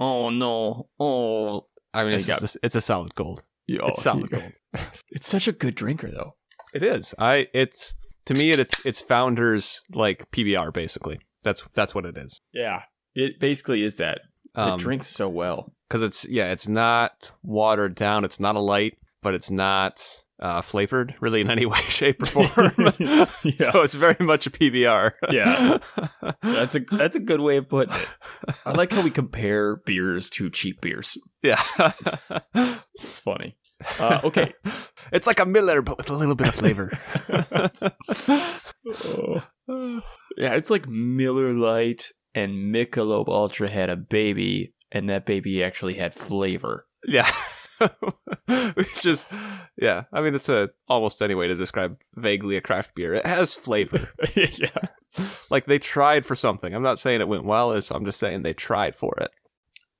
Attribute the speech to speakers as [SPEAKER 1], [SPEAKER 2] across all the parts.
[SPEAKER 1] Oh no. Oh.
[SPEAKER 2] I mean, it's,
[SPEAKER 1] Yeah.
[SPEAKER 2] just a, it's a solid gold.
[SPEAKER 1] Yo,
[SPEAKER 2] It's solid gold.
[SPEAKER 1] It's such a good drinker though.
[SPEAKER 2] It is. I. It's to me. It's it's founders like PBR basically. That's that's what it is.
[SPEAKER 1] Yeah. It basically is that.
[SPEAKER 2] Um,
[SPEAKER 1] it drinks so well.
[SPEAKER 2] because it's yeah, it's not watered down. It's not a light, but it's not uh, flavored really in any way, shape, or form.
[SPEAKER 1] Yeah.
[SPEAKER 2] So it's very much a PBR.
[SPEAKER 1] Yeah. That's a that's a good way of putting it. I like how we compare beers to cheap beers.
[SPEAKER 2] yeah.
[SPEAKER 1] It's funny. Uh, okay.
[SPEAKER 2] It's like a Miller, but with a little bit of flavor.
[SPEAKER 1] Oh. Yeah, it's like Miller Lite and Michelob Ultra had a baby, and that baby actually had flavor.
[SPEAKER 2] yeah. Which is, yeah. I mean, it's a almost any way to describe vaguely a craft beer. It has flavor.
[SPEAKER 1] yeah.
[SPEAKER 2] like they tried for something. I'm not saying it went well. It's, I'm just saying they tried for it.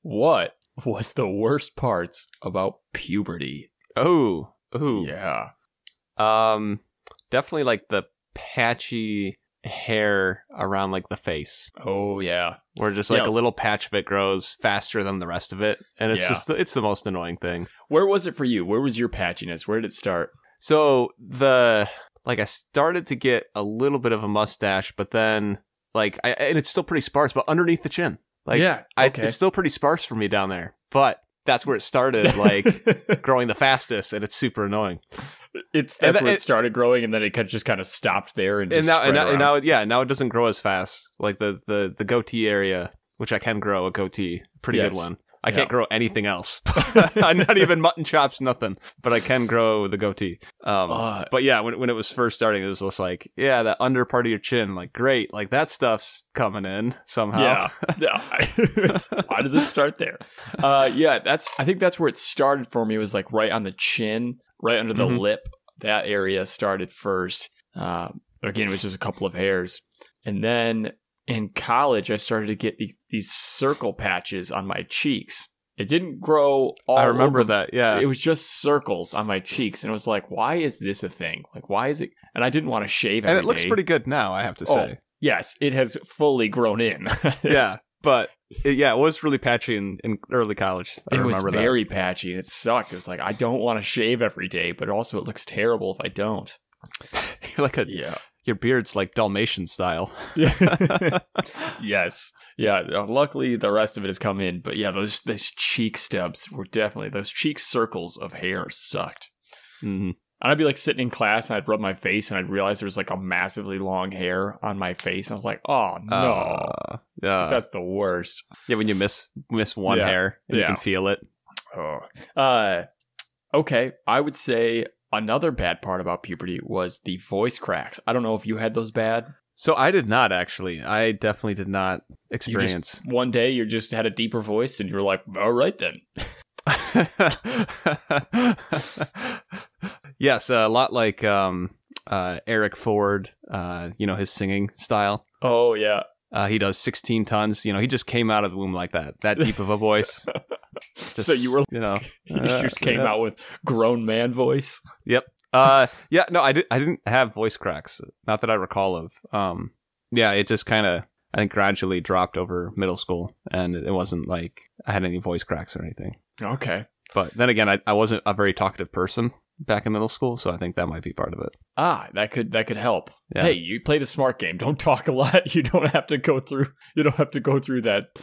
[SPEAKER 1] What was the worst parts about puberty?
[SPEAKER 2] Oh, ooh.
[SPEAKER 1] Yeah.
[SPEAKER 2] Um, definitely like the patchy hair around like the face,
[SPEAKER 1] Oh yeah.
[SPEAKER 2] where just like
[SPEAKER 1] Yeah.
[SPEAKER 2] a little patch of it grows faster than the rest of it, and it's
[SPEAKER 1] Yeah.
[SPEAKER 2] just it's the most annoying thing.
[SPEAKER 1] Where was it for you? Where was your patchiness? Where did it start?
[SPEAKER 2] So the like I started to get a little bit of a mustache, but then like I and it's still pretty sparse, but underneath the chin, like
[SPEAKER 1] yeah.
[SPEAKER 2] I, it's still pretty sparse for me down there, but that's where it started, like growing the fastest, and it's super annoying.
[SPEAKER 1] it's that's
[SPEAKER 2] and that-
[SPEAKER 1] where it
[SPEAKER 2] and-
[SPEAKER 1] started growing, and then it kind of just kind of stopped there and,
[SPEAKER 2] and
[SPEAKER 1] just
[SPEAKER 2] now, and
[SPEAKER 1] spread
[SPEAKER 2] now, and
[SPEAKER 1] around.
[SPEAKER 2] now, yeah, now it doesn't grow as fast. Like the the the goatee area, which I can grow a goatee, pretty
[SPEAKER 1] Yes.
[SPEAKER 2] good one. I
[SPEAKER 1] Yeah.
[SPEAKER 2] can't grow anything else. not even mutton chops, nothing. But I can grow the goatee. Um,
[SPEAKER 1] Uh,
[SPEAKER 2] but yeah, when when it was first starting, it was just like, yeah, that under part of your chin, like great, like that stuff's coming in somehow.
[SPEAKER 1] Yeah. yeah. It's- Why does it start there? Uh, yeah, that's. I think that's where it started for me. Was like right on the chin, right under the
[SPEAKER 2] Mhm.
[SPEAKER 1] lip. That area started first. Um, again, it was just a couple of hairs, and then in college, I started to get these, these circle patches on my cheeks. It didn't grow. All
[SPEAKER 2] I remember
[SPEAKER 1] over
[SPEAKER 2] that. Yeah,
[SPEAKER 1] it was just circles on my cheeks, and it was like, why is this a thing? Like, why is it? And I didn't want to shave.
[SPEAKER 2] and
[SPEAKER 1] every
[SPEAKER 2] it looks
[SPEAKER 1] day.
[SPEAKER 2] pretty good now. I have to
[SPEAKER 1] Oh,
[SPEAKER 2] say.
[SPEAKER 1] Yes, it has fully grown in.
[SPEAKER 2] yeah, but it, yeah, it was really patchy in, in early college. I
[SPEAKER 1] it was
[SPEAKER 2] remember that.
[SPEAKER 1] very patchy and it sucked. It was like I don't want to shave every day, but also it looks terrible if I don't.
[SPEAKER 2] You're like a
[SPEAKER 1] Yeah.
[SPEAKER 2] your beard's like Dalmatian style. Mm-hmm.
[SPEAKER 1] yes. Yeah. uh, Luckily, the rest of it has come in, but yeah, those those cheek stubs were definitely those cheek circles of hair sucked.
[SPEAKER 2] Mhm.
[SPEAKER 1] And I'd be like sitting in class and I'd rub my face and I'd realize there was like a massively long hair on my face. And I was like, oh no,
[SPEAKER 2] Uh, yeah.
[SPEAKER 1] that's the worst.
[SPEAKER 2] yeah, when you miss miss one
[SPEAKER 1] Yeah.
[SPEAKER 2] hair and you
[SPEAKER 1] Yeah.
[SPEAKER 2] can feel it.
[SPEAKER 1] Oh. Uh, okay. I would say another bad part about puberty was the voice cracks. I don't know if you had those bad.
[SPEAKER 2] So I did not actually. I definitely did not
[SPEAKER 1] You
[SPEAKER 2] experience.
[SPEAKER 1] just one day you just had a deeper voice and you were like, all right then.
[SPEAKER 2] yes, a lot like um, uh, Eric Ford. Uh, you know his singing style.
[SPEAKER 1] Oh yeah.
[SPEAKER 2] Uh, he does 16 tons. You know, he just came out of the womb like that, that deep of a voice. Just,
[SPEAKER 1] so you were
[SPEAKER 2] you know,
[SPEAKER 1] you just
[SPEAKER 2] uh,
[SPEAKER 1] came
[SPEAKER 2] yeah.
[SPEAKER 1] out with grown man voice.
[SPEAKER 2] uh yeah no i did i didn't have voice cracks not that i recall of um yeah it just kind of i think gradually dropped over middle school and it wasn't like i had any voice cracks or anything
[SPEAKER 1] Okay.
[SPEAKER 2] but then again i, I wasn't a very talkative person back in middle school so i think that might be part of it
[SPEAKER 1] Ah, that could that could help.
[SPEAKER 2] Yeah.
[SPEAKER 1] Hey, you play the smart game. Don't talk a lot. You don't have to go through you don't have to go through that.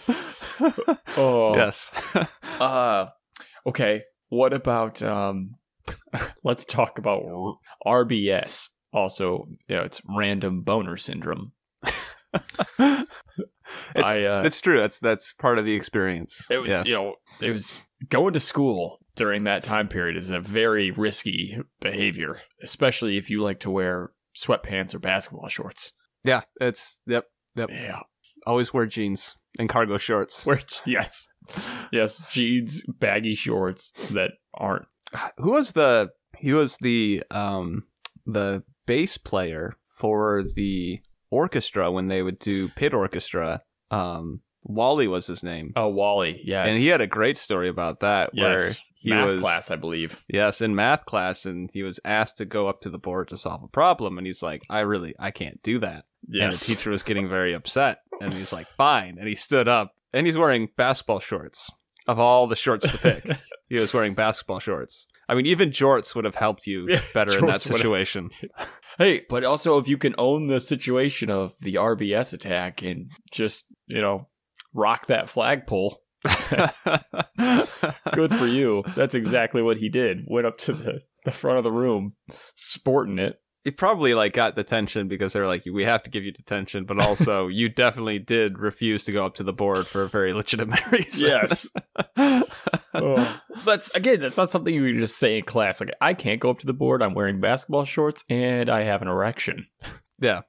[SPEAKER 1] Oh.
[SPEAKER 2] yes
[SPEAKER 1] Uh okay. What about um let's talk about R- RBS. Also, yeah, it's random boner syndrome.
[SPEAKER 2] It's-
[SPEAKER 1] I uh,
[SPEAKER 2] that's true that's that's part of the experience
[SPEAKER 1] it was
[SPEAKER 2] Yes.
[SPEAKER 1] you know, it was going to school during that time period is a very risky behavior, especially if you like to wear sweatpants or basketball shorts.
[SPEAKER 2] yeah it's yep yep
[SPEAKER 1] Yeah.
[SPEAKER 2] always wear jeans and cargo shorts
[SPEAKER 1] Where yes. Yes, jeans, baggy shorts that aren't
[SPEAKER 2] who was the he was the um the bass player for the orchestra when they would do pit orchestra um wally was his name
[SPEAKER 1] Oh, Wally, yes.
[SPEAKER 2] and he had a great story about that where
[SPEAKER 1] yes.
[SPEAKER 2] he
[SPEAKER 1] math
[SPEAKER 2] was
[SPEAKER 1] class, I believe.
[SPEAKER 2] yes in math class and he was asked to go up to the board to solve a problem and he's like i really i can't do that and the
[SPEAKER 1] Yes.
[SPEAKER 2] teacher was getting very upset and he's like fine and he stood up and he's wearing basketball shorts of all the shorts to pick, he was wearing basketball shorts. I mean, even jorts would have helped you
[SPEAKER 1] Yeah,
[SPEAKER 2] better in that
[SPEAKER 1] jorts would've-
[SPEAKER 2] situation.
[SPEAKER 1] Hey, but also if you can own the situation of the RBS attack and just, you know, rock that flagpole, good for you. That's exactly what he did. Went up to the, the front of the room, sporting it.
[SPEAKER 2] He probably like got detention because they were like, "We have to give you detention," but also you definitely did refuse to go up to the board for a very legitimate reason.
[SPEAKER 1] Yes. Oh. That's again, that's not something you would just say in class. Like, I can't go up to the board. I'm wearing basketball shorts and I have an erection.
[SPEAKER 2] Yeah.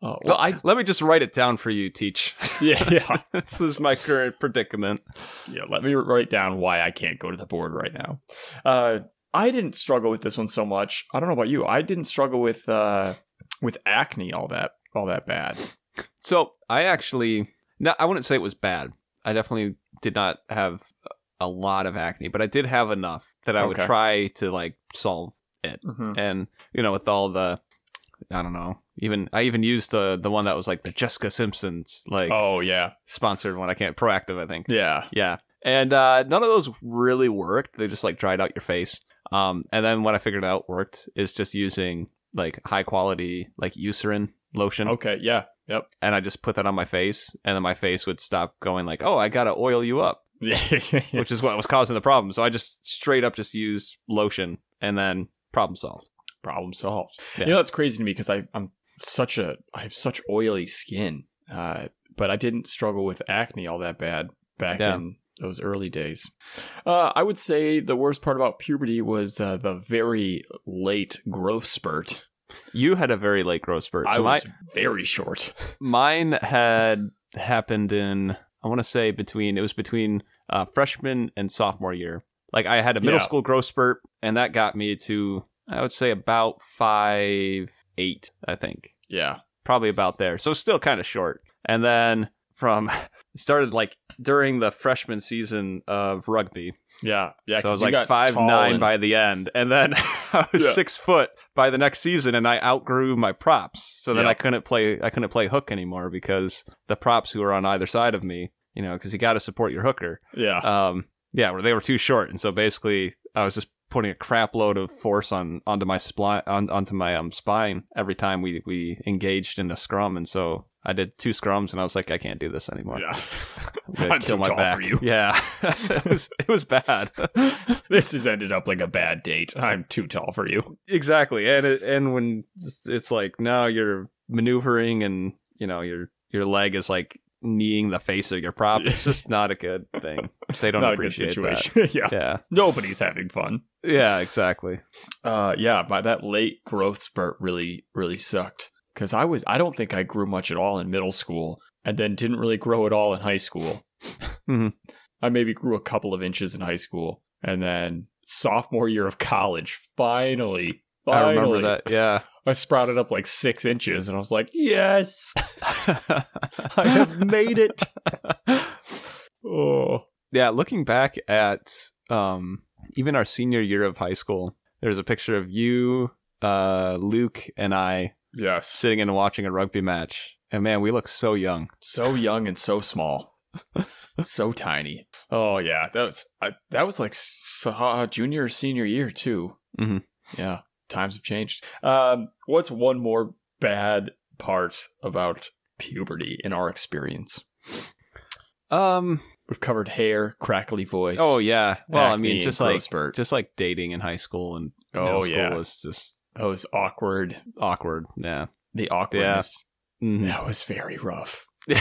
[SPEAKER 1] Uh, well, I
[SPEAKER 2] let me just write it down for you, Teach.
[SPEAKER 1] yeah yeah
[SPEAKER 2] this is my current predicament.
[SPEAKER 1] yeah. Let me write down why I can't go to the board right now. Uh, I didn't struggle with this one so much. I don't know about you. I didn't struggle with uh, with acne all that all that bad.
[SPEAKER 2] So I actually, no, I wouldn't say it was bad. I definitely did not have a lot of acne, but I did have enough that I would
[SPEAKER 1] Okay.
[SPEAKER 2] try to like solve.
[SPEAKER 1] Mm-hmm.
[SPEAKER 2] And you know, with all the, I don't know, even I even used the the one that was like the Jessica Simpsons like
[SPEAKER 1] Oh yeah,
[SPEAKER 2] sponsored one. I can't proactive. I think.
[SPEAKER 1] yeah.
[SPEAKER 2] Yeah. And uh, none of those really worked. They just like dried out your face. Um, and then what I figured out worked is just using like high quality like Eucerin lotion
[SPEAKER 1] Okay, yeah, yep,
[SPEAKER 2] and I just put that on my face, and then my face would stop going like, "Oh, I gotta oil you up,"
[SPEAKER 1] yeah.
[SPEAKER 2] which is what was causing the problem. So I just straight up just used lotion, and then problem solved.
[SPEAKER 1] Problem solved.
[SPEAKER 2] Yeah.
[SPEAKER 1] You know that's crazy to me because I I'm such a I have such oily skin, uh, but I didn't struggle with acne all that bad back
[SPEAKER 2] Yeah.
[SPEAKER 1] in those early days. Uh, I would say the worst part about puberty was uh, the very late growth spurt.
[SPEAKER 2] You had a very late growth spurt.
[SPEAKER 1] I
[SPEAKER 2] So
[SPEAKER 1] was very short.
[SPEAKER 2] my, mine had happened in I want to say between it was between uh, freshman and sophomore year. Like I had a middle
[SPEAKER 1] Yeah.
[SPEAKER 2] school growth spurt, and that got me to I would say about five eight, I think.
[SPEAKER 1] Yeah,
[SPEAKER 2] probably about there. So still kind of short. And then from started like during the freshman season of rugby.
[SPEAKER 1] yeah, yeah.
[SPEAKER 2] so I
[SPEAKER 1] 'cause
[SPEAKER 2] was
[SPEAKER 1] you
[SPEAKER 2] like
[SPEAKER 1] got
[SPEAKER 2] five
[SPEAKER 1] tall
[SPEAKER 2] nine
[SPEAKER 1] and-
[SPEAKER 2] by the end, and then I was
[SPEAKER 1] Yeah.
[SPEAKER 2] six foot by the next season, and I outgrew my props. So then
[SPEAKER 1] Yeah.
[SPEAKER 2] I couldn't play I couldn't play hook anymore because the props who were on either side of me, you know, because you got to support your hooker.
[SPEAKER 1] yeah.
[SPEAKER 2] Um, yeah, where they were too short, and so basically I was just putting a crap load of force on onto my spline on, onto my um spine every time we we engaged in a scrum, and so I did two scrums, and I was like, I can't do this anymore.
[SPEAKER 1] yeah.
[SPEAKER 2] I'm gonna
[SPEAKER 1] I'm too tall for you.
[SPEAKER 2] Yeah, it was it was bad.
[SPEAKER 1] this has ended up like a bad date. I'm too tall for you.
[SPEAKER 2] exactly, and it, and when it's- it's like now you're maneuvering, and you know your your leg is like kneeing the face of your prop. It's just not a good thing. They don't
[SPEAKER 1] Not a good
[SPEAKER 2] appreciate that.
[SPEAKER 1] situation. yeah.
[SPEAKER 2] Yeah,
[SPEAKER 1] Nobody's having fun.
[SPEAKER 2] yeah, exactly.
[SPEAKER 1] Uh, yeah, my that late growth spurt really really sucked because I was I don't think I grew much at all in middle school, and then didn't really grow at all in high school.
[SPEAKER 2] Mhm.
[SPEAKER 1] I maybe grew a couple of inches in high school, and then sophomore year of college, finally,
[SPEAKER 2] I remember
[SPEAKER 1] finally,
[SPEAKER 2] that. Yeah.
[SPEAKER 1] I sprouted up like six inches, and I was like, yes, I have made it. oh,
[SPEAKER 2] yeah, looking back at um even our senior year of high school, there's a picture of you, uh Luke and I
[SPEAKER 1] yes,
[SPEAKER 2] sitting and watching a rugby match. And man, we look so young.
[SPEAKER 1] so young and so small so tiny oh yeah that was I, that was like s- uh, junior or senior year too
[SPEAKER 2] Mhm.
[SPEAKER 1] yeah times have changed um what's one more bad part about puberty in our experience
[SPEAKER 2] Um
[SPEAKER 1] we've covered hair crackly voice
[SPEAKER 2] oh yeah. Well, I
[SPEAKER 1] acne,
[SPEAKER 2] mean
[SPEAKER 1] and
[SPEAKER 2] just
[SPEAKER 1] growth
[SPEAKER 2] like
[SPEAKER 1] spurt.
[SPEAKER 2] just like dating in high school and middle
[SPEAKER 1] oh
[SPEAKER 2] school
[SPEAKER 1] yeah
[SPEAKER 2] was just
[SPEAKER 1] that was awkward
[SPEAKER 2] awkward. Yeah.
[SPEAKER 1] the awkwardness
[SPEAKER 2] Mhm.
[SPEAKER 1] that was very rough
[SPEAKER 2] and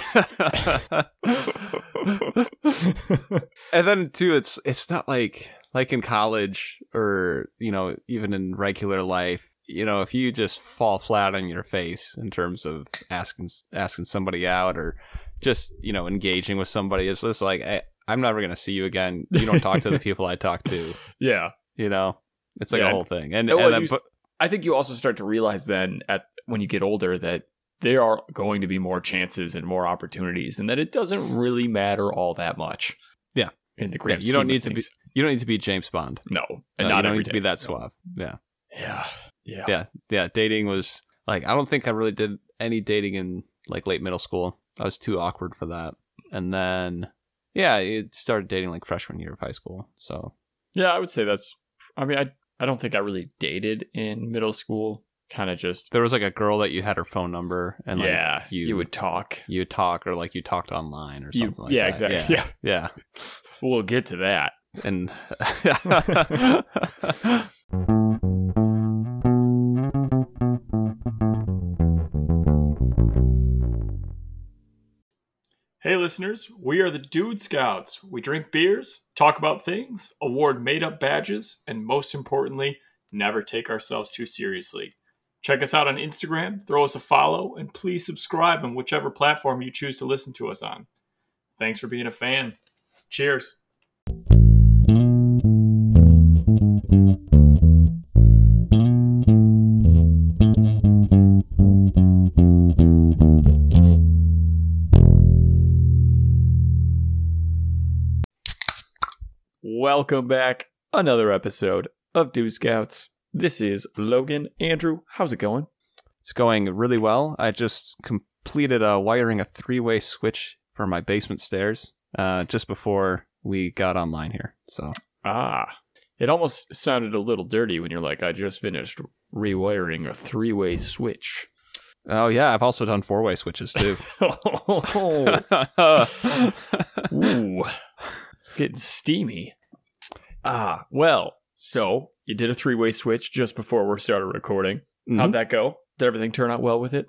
[SPEAKER 2] then too it's it's not like like in college or you know even in regular life you know if you just fall flat on your face in terms of asking asking somebody out or just you know engaging with somebody it's just like I, i'm never going to see you again you don't talk to the people i talk to
[SPEAKER 1] yeah
[SPEAKER 2] you know it's like
[SPEAKER 1] Yeah.
[SPEAKER 2] a whole thing and,
[SPEAKER 1] Oh, well,
[SPEAKER 2] and then,
[SPEAKER 1] you s-
[SPEAKER 2] but,
[SPEAKER 1] I think you also start to realize then at when you get older that there are going to be more chances and more opportunities and that it doesn't really matter all that much.
[SPEAKER 2] Yeah.
[SPEAKER 1] In the grand
[SPEAKER 2] Yeah, you don't
[SPEAKER 1] scheme
[SPEAKER 2] need
[SPEAKER 1] of
[SPEAKER 2] to be-
[SPEAKER 1] things.
[SPEAKER 2] you don't need to be james bond
[SPEAKER 1] No. And
[SPEAKER 2] No,
[SPEAKER 1] not
[SPEAKER 2] you don't
[SPEAKER 1] every
[SPEAKER 2] need to
[SPEAKER 1] day.
[SPEAKER 2] be that suave yeah
[SPEAKER 1] Yeah. Yeah.
[SPEAKER 2] yeah yeah dating was like i don't think i really did any dating in like late middle school i was too awkward for that and then Yeah, it started dating like freshman year of high school. So
[SPEAKER 1] Yeah, I would say that's. I mean, I I don't think I really dated in middle school. Kind of just
[SPEAKER 2] there was like a girl that you had her phone number and like
[SPEAKER 1] yeah,
[SPEAKER 2] you,
[SPEAKER 1] you would talk.
[SPEAKER 2] you would talk or like you talked online or
[SPEAKER 1] You-
[SPEAKER 2] something like
[SPEAKER 1] yeah,
[SPEAKER 2] that.
[SPEAKER 1] exactly. Yeah.
[SPEAKER 2] Yeah.
[SPEAKER 1] we'll get to that.
[SPEAKER 2] yeah. And
[SPEAKER 3] Hey, listeners, we are the Dude Scouts. We drink beers, talk about things, award made up badges, and most importantly, never take ourselves too seriously. Check us out on Instagram, throw us a follow, and please subscribe on whichever platform you choose to listen to us on. Thanks for being a fan. Cheers.
[SPEAKER 1] Welcome back. Another episode of Dude Scouts. This is Logan. Andrew, how's it going?
[SPEAKER 2] it's going really well. I just completed uh, wiring a three way switch for my basement stairs uh, just before we got online here. So
[SPEAKER 1] Ah, it almost sounded a little dirty when you're like, I just finished rewiring a three way switch.
[SPEAKER 2] Oh yeah, I've also done four way switches too.
[SPEAKER 1] Ooh, it's getting steamy. Ah, well, so you did a three way switch just before we started recording.
[SPEAKER 2] Mm-hmm.
[SPEAKER 1] How'd that go? Did everything turn out well with it?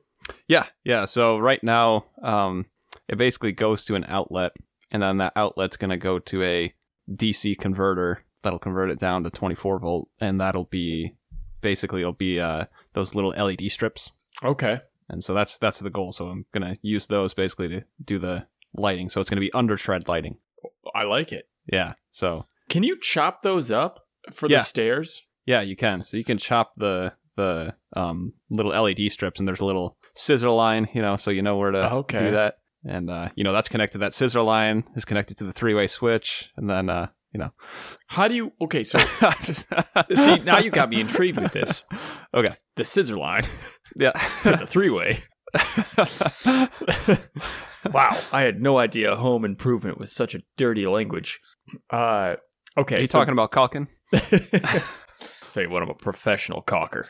[SPEAKER 2] Yeah, yeah. So right now, um, it basically goes to an outlet, and then that outlet's gonna go to a DC converter that'll convert it down to 24 volt, and that'll be basically it'll be uh, those little LED strips,
[SPEAKER 1] Okay.
[SPEAKER 2] and so that's that's the goal. So I'm gonna use those basically to do the lighting. So it's gonna be under tread lighting.
[SPEAKER 1] I like it.
[SPEAKER 2] Yeah. So
[SPEAKER 1] Can you chop those up for
[SPEAKER 2] Yeah.
[SPEAKER 1] the stairs?
[SPEAKER 2] Yeah, you can. So you can chop the the um, little LED strips, and there's a little scissor line, you know, so you know where to
[SPEAKER 1] Okay.
[SPEAKER 2] do that. And uh, you know that's connected. That scissor line is connected to the three way switch, and then uh, you know.
[SPEAKER 1] How do you? Okay, so
[SPEAKER 2] just-
[SPEAKER 1] see, now you got me intrigued with this.
[SPEAKER 2] Okay.
[SPEAKER 1] The scissor line, for
[SPEAKER 2] Yeah.
[SPEAKER 1] the three way. Wow, I had no idea home improvement was such a dirty language. Uh, okay,
[SPEAKER 2] Are you
[SPEAKER 1] so-
[SPEAKER 2] talking about Calkin?
[SPEAKER 1] Tell you what, I'm a professional caulker.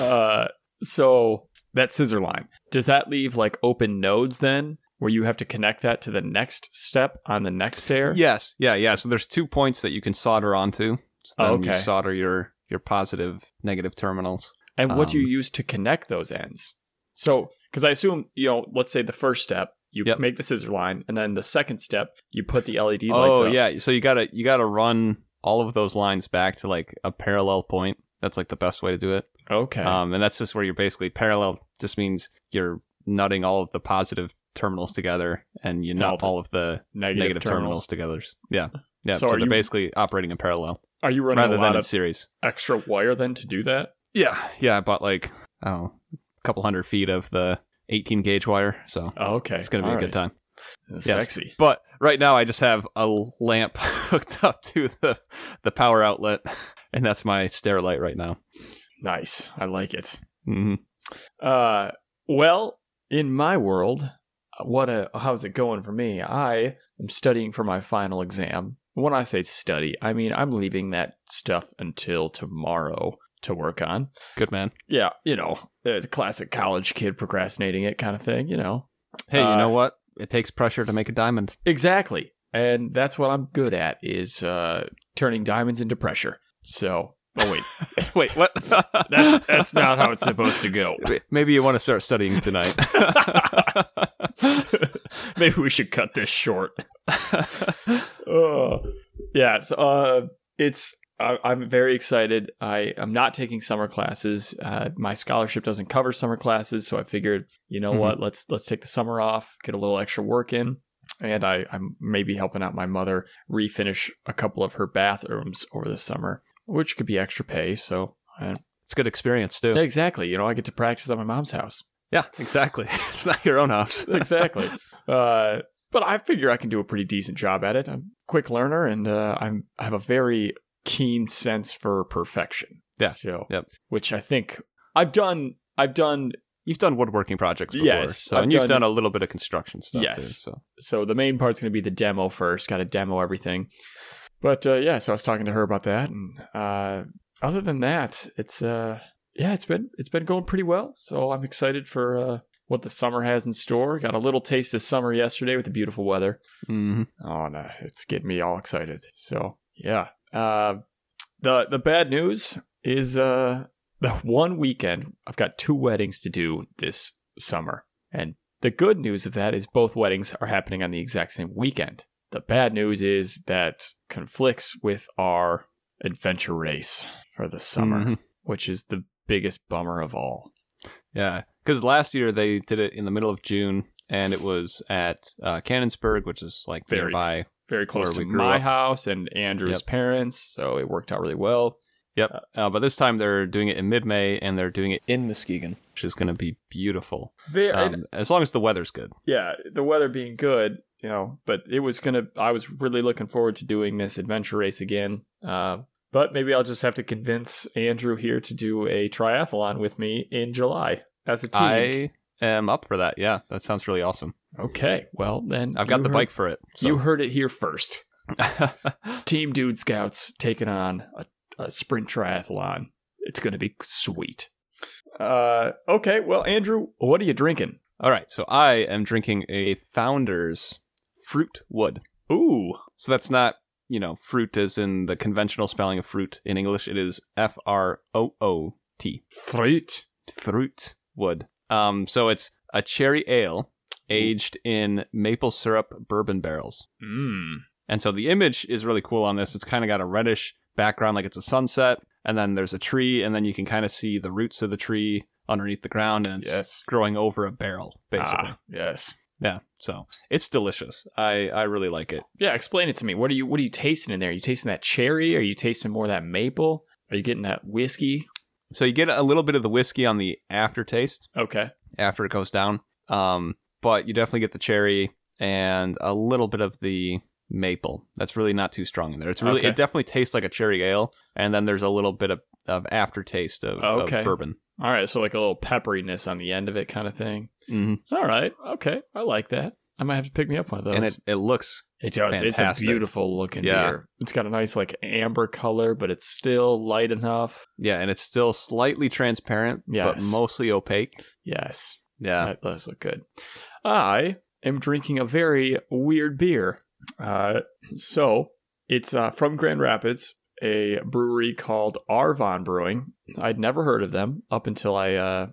[SPEAKER 1] Uh, so that scissor line does that leave like open nodes then, where you have to connect that to the next step on the next stair?
[SPEAKER 2] Yes. Yeah. Yeah. So there's two points that you can solder onto. So then
[SPEAKER 1] Oh,
[SPEAKER 2] you
[SPEAKER 1] okay.
[SPEAKER 2] solder your your positive negative terminals.
[SPEAKER 1] and what do you
[SPEAKER 2] Um,
[SPEAKER 1] use to connect those ends so because i assume you know let's say the first step you
[SPEAKER 2] Yep.
[SPEAKER 1] make the scissor line and then the second step you put the led lights
[SPEAKER 2] oh
[SPEAKER 1] up.
[SPEAKER 2] yeah so you gotta you gotta run all of those lines back to like a parallel point that's like the best way to do it
[SPEAKER 1] okay
[SPEAKER 2] um, and that's just where you're basically parallel just means you're nutting all of the positive terminals together and you nut
[SPEAKER 1] Melted.
[SPEAKER 2] all of the
[SPEAKER 1] negative,
[SPEAKER 2] negative,
[SPEAKER 1] terminals.
[SPEAKER 2] terminals. together yeah yeah
[SPEAKER 1] So
[SPEAKER 2] so,
[SPEAKER 1] are
[SPEAKER 2] they're
[SPEAKER 1] you-
[SPEAKER 2] basically operating in parallel
[SPEAKER 1] are you running
[SPEAKER 2] rather
[SPEAKER 1] a
[SPEAKER 2] than
[SPEAKER 1] lot
[SPEAKER 2] in
[SPEAKER 1] of
[SPEAKER 2] series
[SPEAKER 1] extra wire then to do that
[SPEAKER 2] yeah yeah i bought like oh a couple hundred feet of the 18 gauge wire so
[SPEAKER 1] oh, okay
[SPEAKER 2] it's gonna be a
[SPEAKER 1] All
[SPEAKER 2] good
[SPEAKER 1] right.
[SPEAKER 2] time Yes.
[SPEAKER 1] sexy
[SPEAKER 2] But right now, I just have a l- lamp hooked up to the the power outlet, and that's my stair light right now.
[SPEAKER 1] nice i like it
[SPEAKER 2] hmm
[SPEAKER 1] Uh, well, in my world, what a how's it going for me? I am studying for my final exam. When I say study, I mean I'm leaving that stuff until tomorrow to work on.
[SPEAKER 2] Good man.
[SPEAKER 1] Yeah, you know, uh, the classic college kid procrastinating it kind of thing. You know,
[SPEAKER 2] Hey, you
[SPEAKER 1] Uh,
[SPEAKER 2] know what? It takes pressure to make a diamond.
[SPEAKER 1] exactly. And that's what I'm good at is uh, turning diamonds into pressure. So, oh wait,
[SPEAKER 2] Wait, what?
[SPEAKER 1] that's that's not how it's supposed to go.
[SPEAKER 2] Maybe you want to start studying tonight.
[SPEAKER 1] Maybe we should cut this short. Ugh. yeah, so uh, it's I, I'm very excited. I am not taking summer classes. Uh, my scholarship doesn't cover summer classes, so I figured, you know
[SPEAKER 2] Mhm.
[SPEAKER 1] what, let's let's take the summer off, get a little extra work in, and I I'm maybe helping out my mother refinish a couple of her bathrooms over the summer, which could be extra pay. So uh,
[SPEAKER 2] it's good experience too.
[SPEAKER 1] exactly, you know, I get to practice at my mom's house.
[SPEAKER 2] Yeah, exactly. It's not your own house.
[SPEAKER 1] exactly. Uh, but I figure I can do a pretty decent job at it. I'm a quick learner, and uh, I'm I have a very keen sense for perfection.
[SPEAKER 2] Yeah.
[SPEAKER 1] So,
[SPEAKER 2] Yep.
[SPEAKER 1] which I think I've done. I've done
[SPEAKER 2] You've done woodworking projects before,
[SPEAKER 1] Yes,
[SPEAKER 2] so,
[SPEAKER 1] I've
[SPEAKER 2] and you've
[SPEAKER 1] done-
[SPEAKER 2] done a little bit of construction stuff too.
[SPEAKER 1] Yes.
[SPEAKER 2] So
[SPEAKER 1] so the main part's going to be the demo first got to demo everything but uh, yeah so i was talking to her about that and uh, other than that it's uh yeah it's been it's been going pretty well so i'm excited for uh, what the summer has in store got a little taste of summer yesterday with the beautiful weather
[SPEAKER 2] hmm
[SPEAKER 1] oh no it's getting me all excited so yeah uh the the bad news is uh the one weekend i've got two weddings to do this summer and the good news of that is both weddings are happening on the exact same weekend the bad news is that conflicts with our adventure race for the summer
[SPEAKER 2] Mhm.
[SPEAKER 1] which is the biggest bummer of all
[SPEAKER 2] Yeah, because last year they did it in the middle of June, and it was at uh, Cannonsburg, which is like
[SPEAKER 1] Very
[SPEAKER 2] nearby.
[SPEAKER 1] very close
[SPEAKER 2] Where
[SPEAKER 1] to
[SPEAKER 2] we grew
[SPEAKER 1] my
[SPEAKER 2] up.
[SPEAKER 1] house and andrew's
[SPEAKER 2] Yep.
[SPEAKER 1] parents so it worked out really well
[SPEAKER 2] Uh, but this time they're doing it in mid-May, and they're doing it in Muskegon, which is going to be beautiful,
[SPEAKER 1] very,
[SPEAKER 2] um, as long as the weather's good.
[SPEAKER 1] yeah, the weather being good, you know, but it was gonna. I was really looking forward to doing this adventure race again. Uh, but maybe I'll just have to convince Andrew here to do a triathlon with me in July as a team.
[SPEAKER 2] I am up for that. Yeah, that sounds really awesome.
[SPEAKER 1] Okay, well then
[SPEAKER 2] I've got
[SPEAKER 1] you
[SPEAKER 2] the
[SPEAKER 1] heard-
[SPEAKER 2] bike for it. So.
[SPEAKER 1] You heard it here first. Team Dude Scouts taking on a, a sprint triathlon. It's gonna be sweet. Uh, okay, well Andrew, what are you drinking?
[SPEAKER 2] All right, so I am drinking a Founder's Fruit Wood.
[SPEAKER 1] Ooh,
[SPEAKER 2] So that's not, you know, fruit as in the conventional spelling of fruit in English. It is F R O O T.
[SPEAKER 1] fruit.
[SPEAKER 2] Fruit wood. Um, so it's a cherry ale aged in maple syrup bourbon barrels.
[SPEAKER 1] Mmm.
[SPEAKER 2] And so the image is really cool on this. It's kind of got a reddish background, like it's a sunset, and then there's a tree, and then you can kind of see the roots of the tree underneath the ground, and it's
[SPEAKER 1] Yes.
[SPEAKER 2] growing over a barrel, basically.
[SPEAKER 1] Ah, yes.
[SPEAKER 2] Yeah. So it's delicious. I, I really like it.
[SPEAKER 1] Yeah, explain it to me. What are you what are you tasting in there? Are you tasting that cherry? Are you tasting more of that maple? Are you getting that whiskey?
[SPEAKER 2] So you get a little bit of the whiskey on the aftertaste.
[SPEAKER 1] Okay.
[SPEAKER 2] after it goes down. Um, but you definitely get the cherry and a little bit of the maple. That's really not too strong in there. It's really
[SPEAKER 1] Okay.
[SPEAKER 2] it definitely tastes like a cherry ale, and then there's a little bit of, of aftertaste of, of
[SPEAKER 1] Okay.
[SPEAKER 2] bourbon.
[SPEAKER 1] All right, so like a little pepperiness on the end of it kind of thing.
[SPEAKER 2] hmm
[SPEAKER 1] All right. Okay. I like that. I might have to pick me up one of those.
[SPEAKER 2] And it, it looks
[SPEAKER 1] It does. It's a
[SPEAKER 2] fantastic.
[SPEAKER 1] beautiful looking
[SPEAKER 2] Yeah.
[SPEAKER 1] beer. It's got a nice like amber color, but it's still light enough.
[SPEAKER 2] yeah, and it's still slightly transparent, but
[SPEAKER 1] Yes.
[SPEAKER 2] mostly opaque.
[SPEAKER 1] Yes.
[SPEAKER 2] Yeah.
[SPEAKER 1] that does look good. I am drinking a very weird beer. Uh, so it's uh, from Grand Rapids, a brewery called Arvon Brewing. I'd never heard of them up until I uh,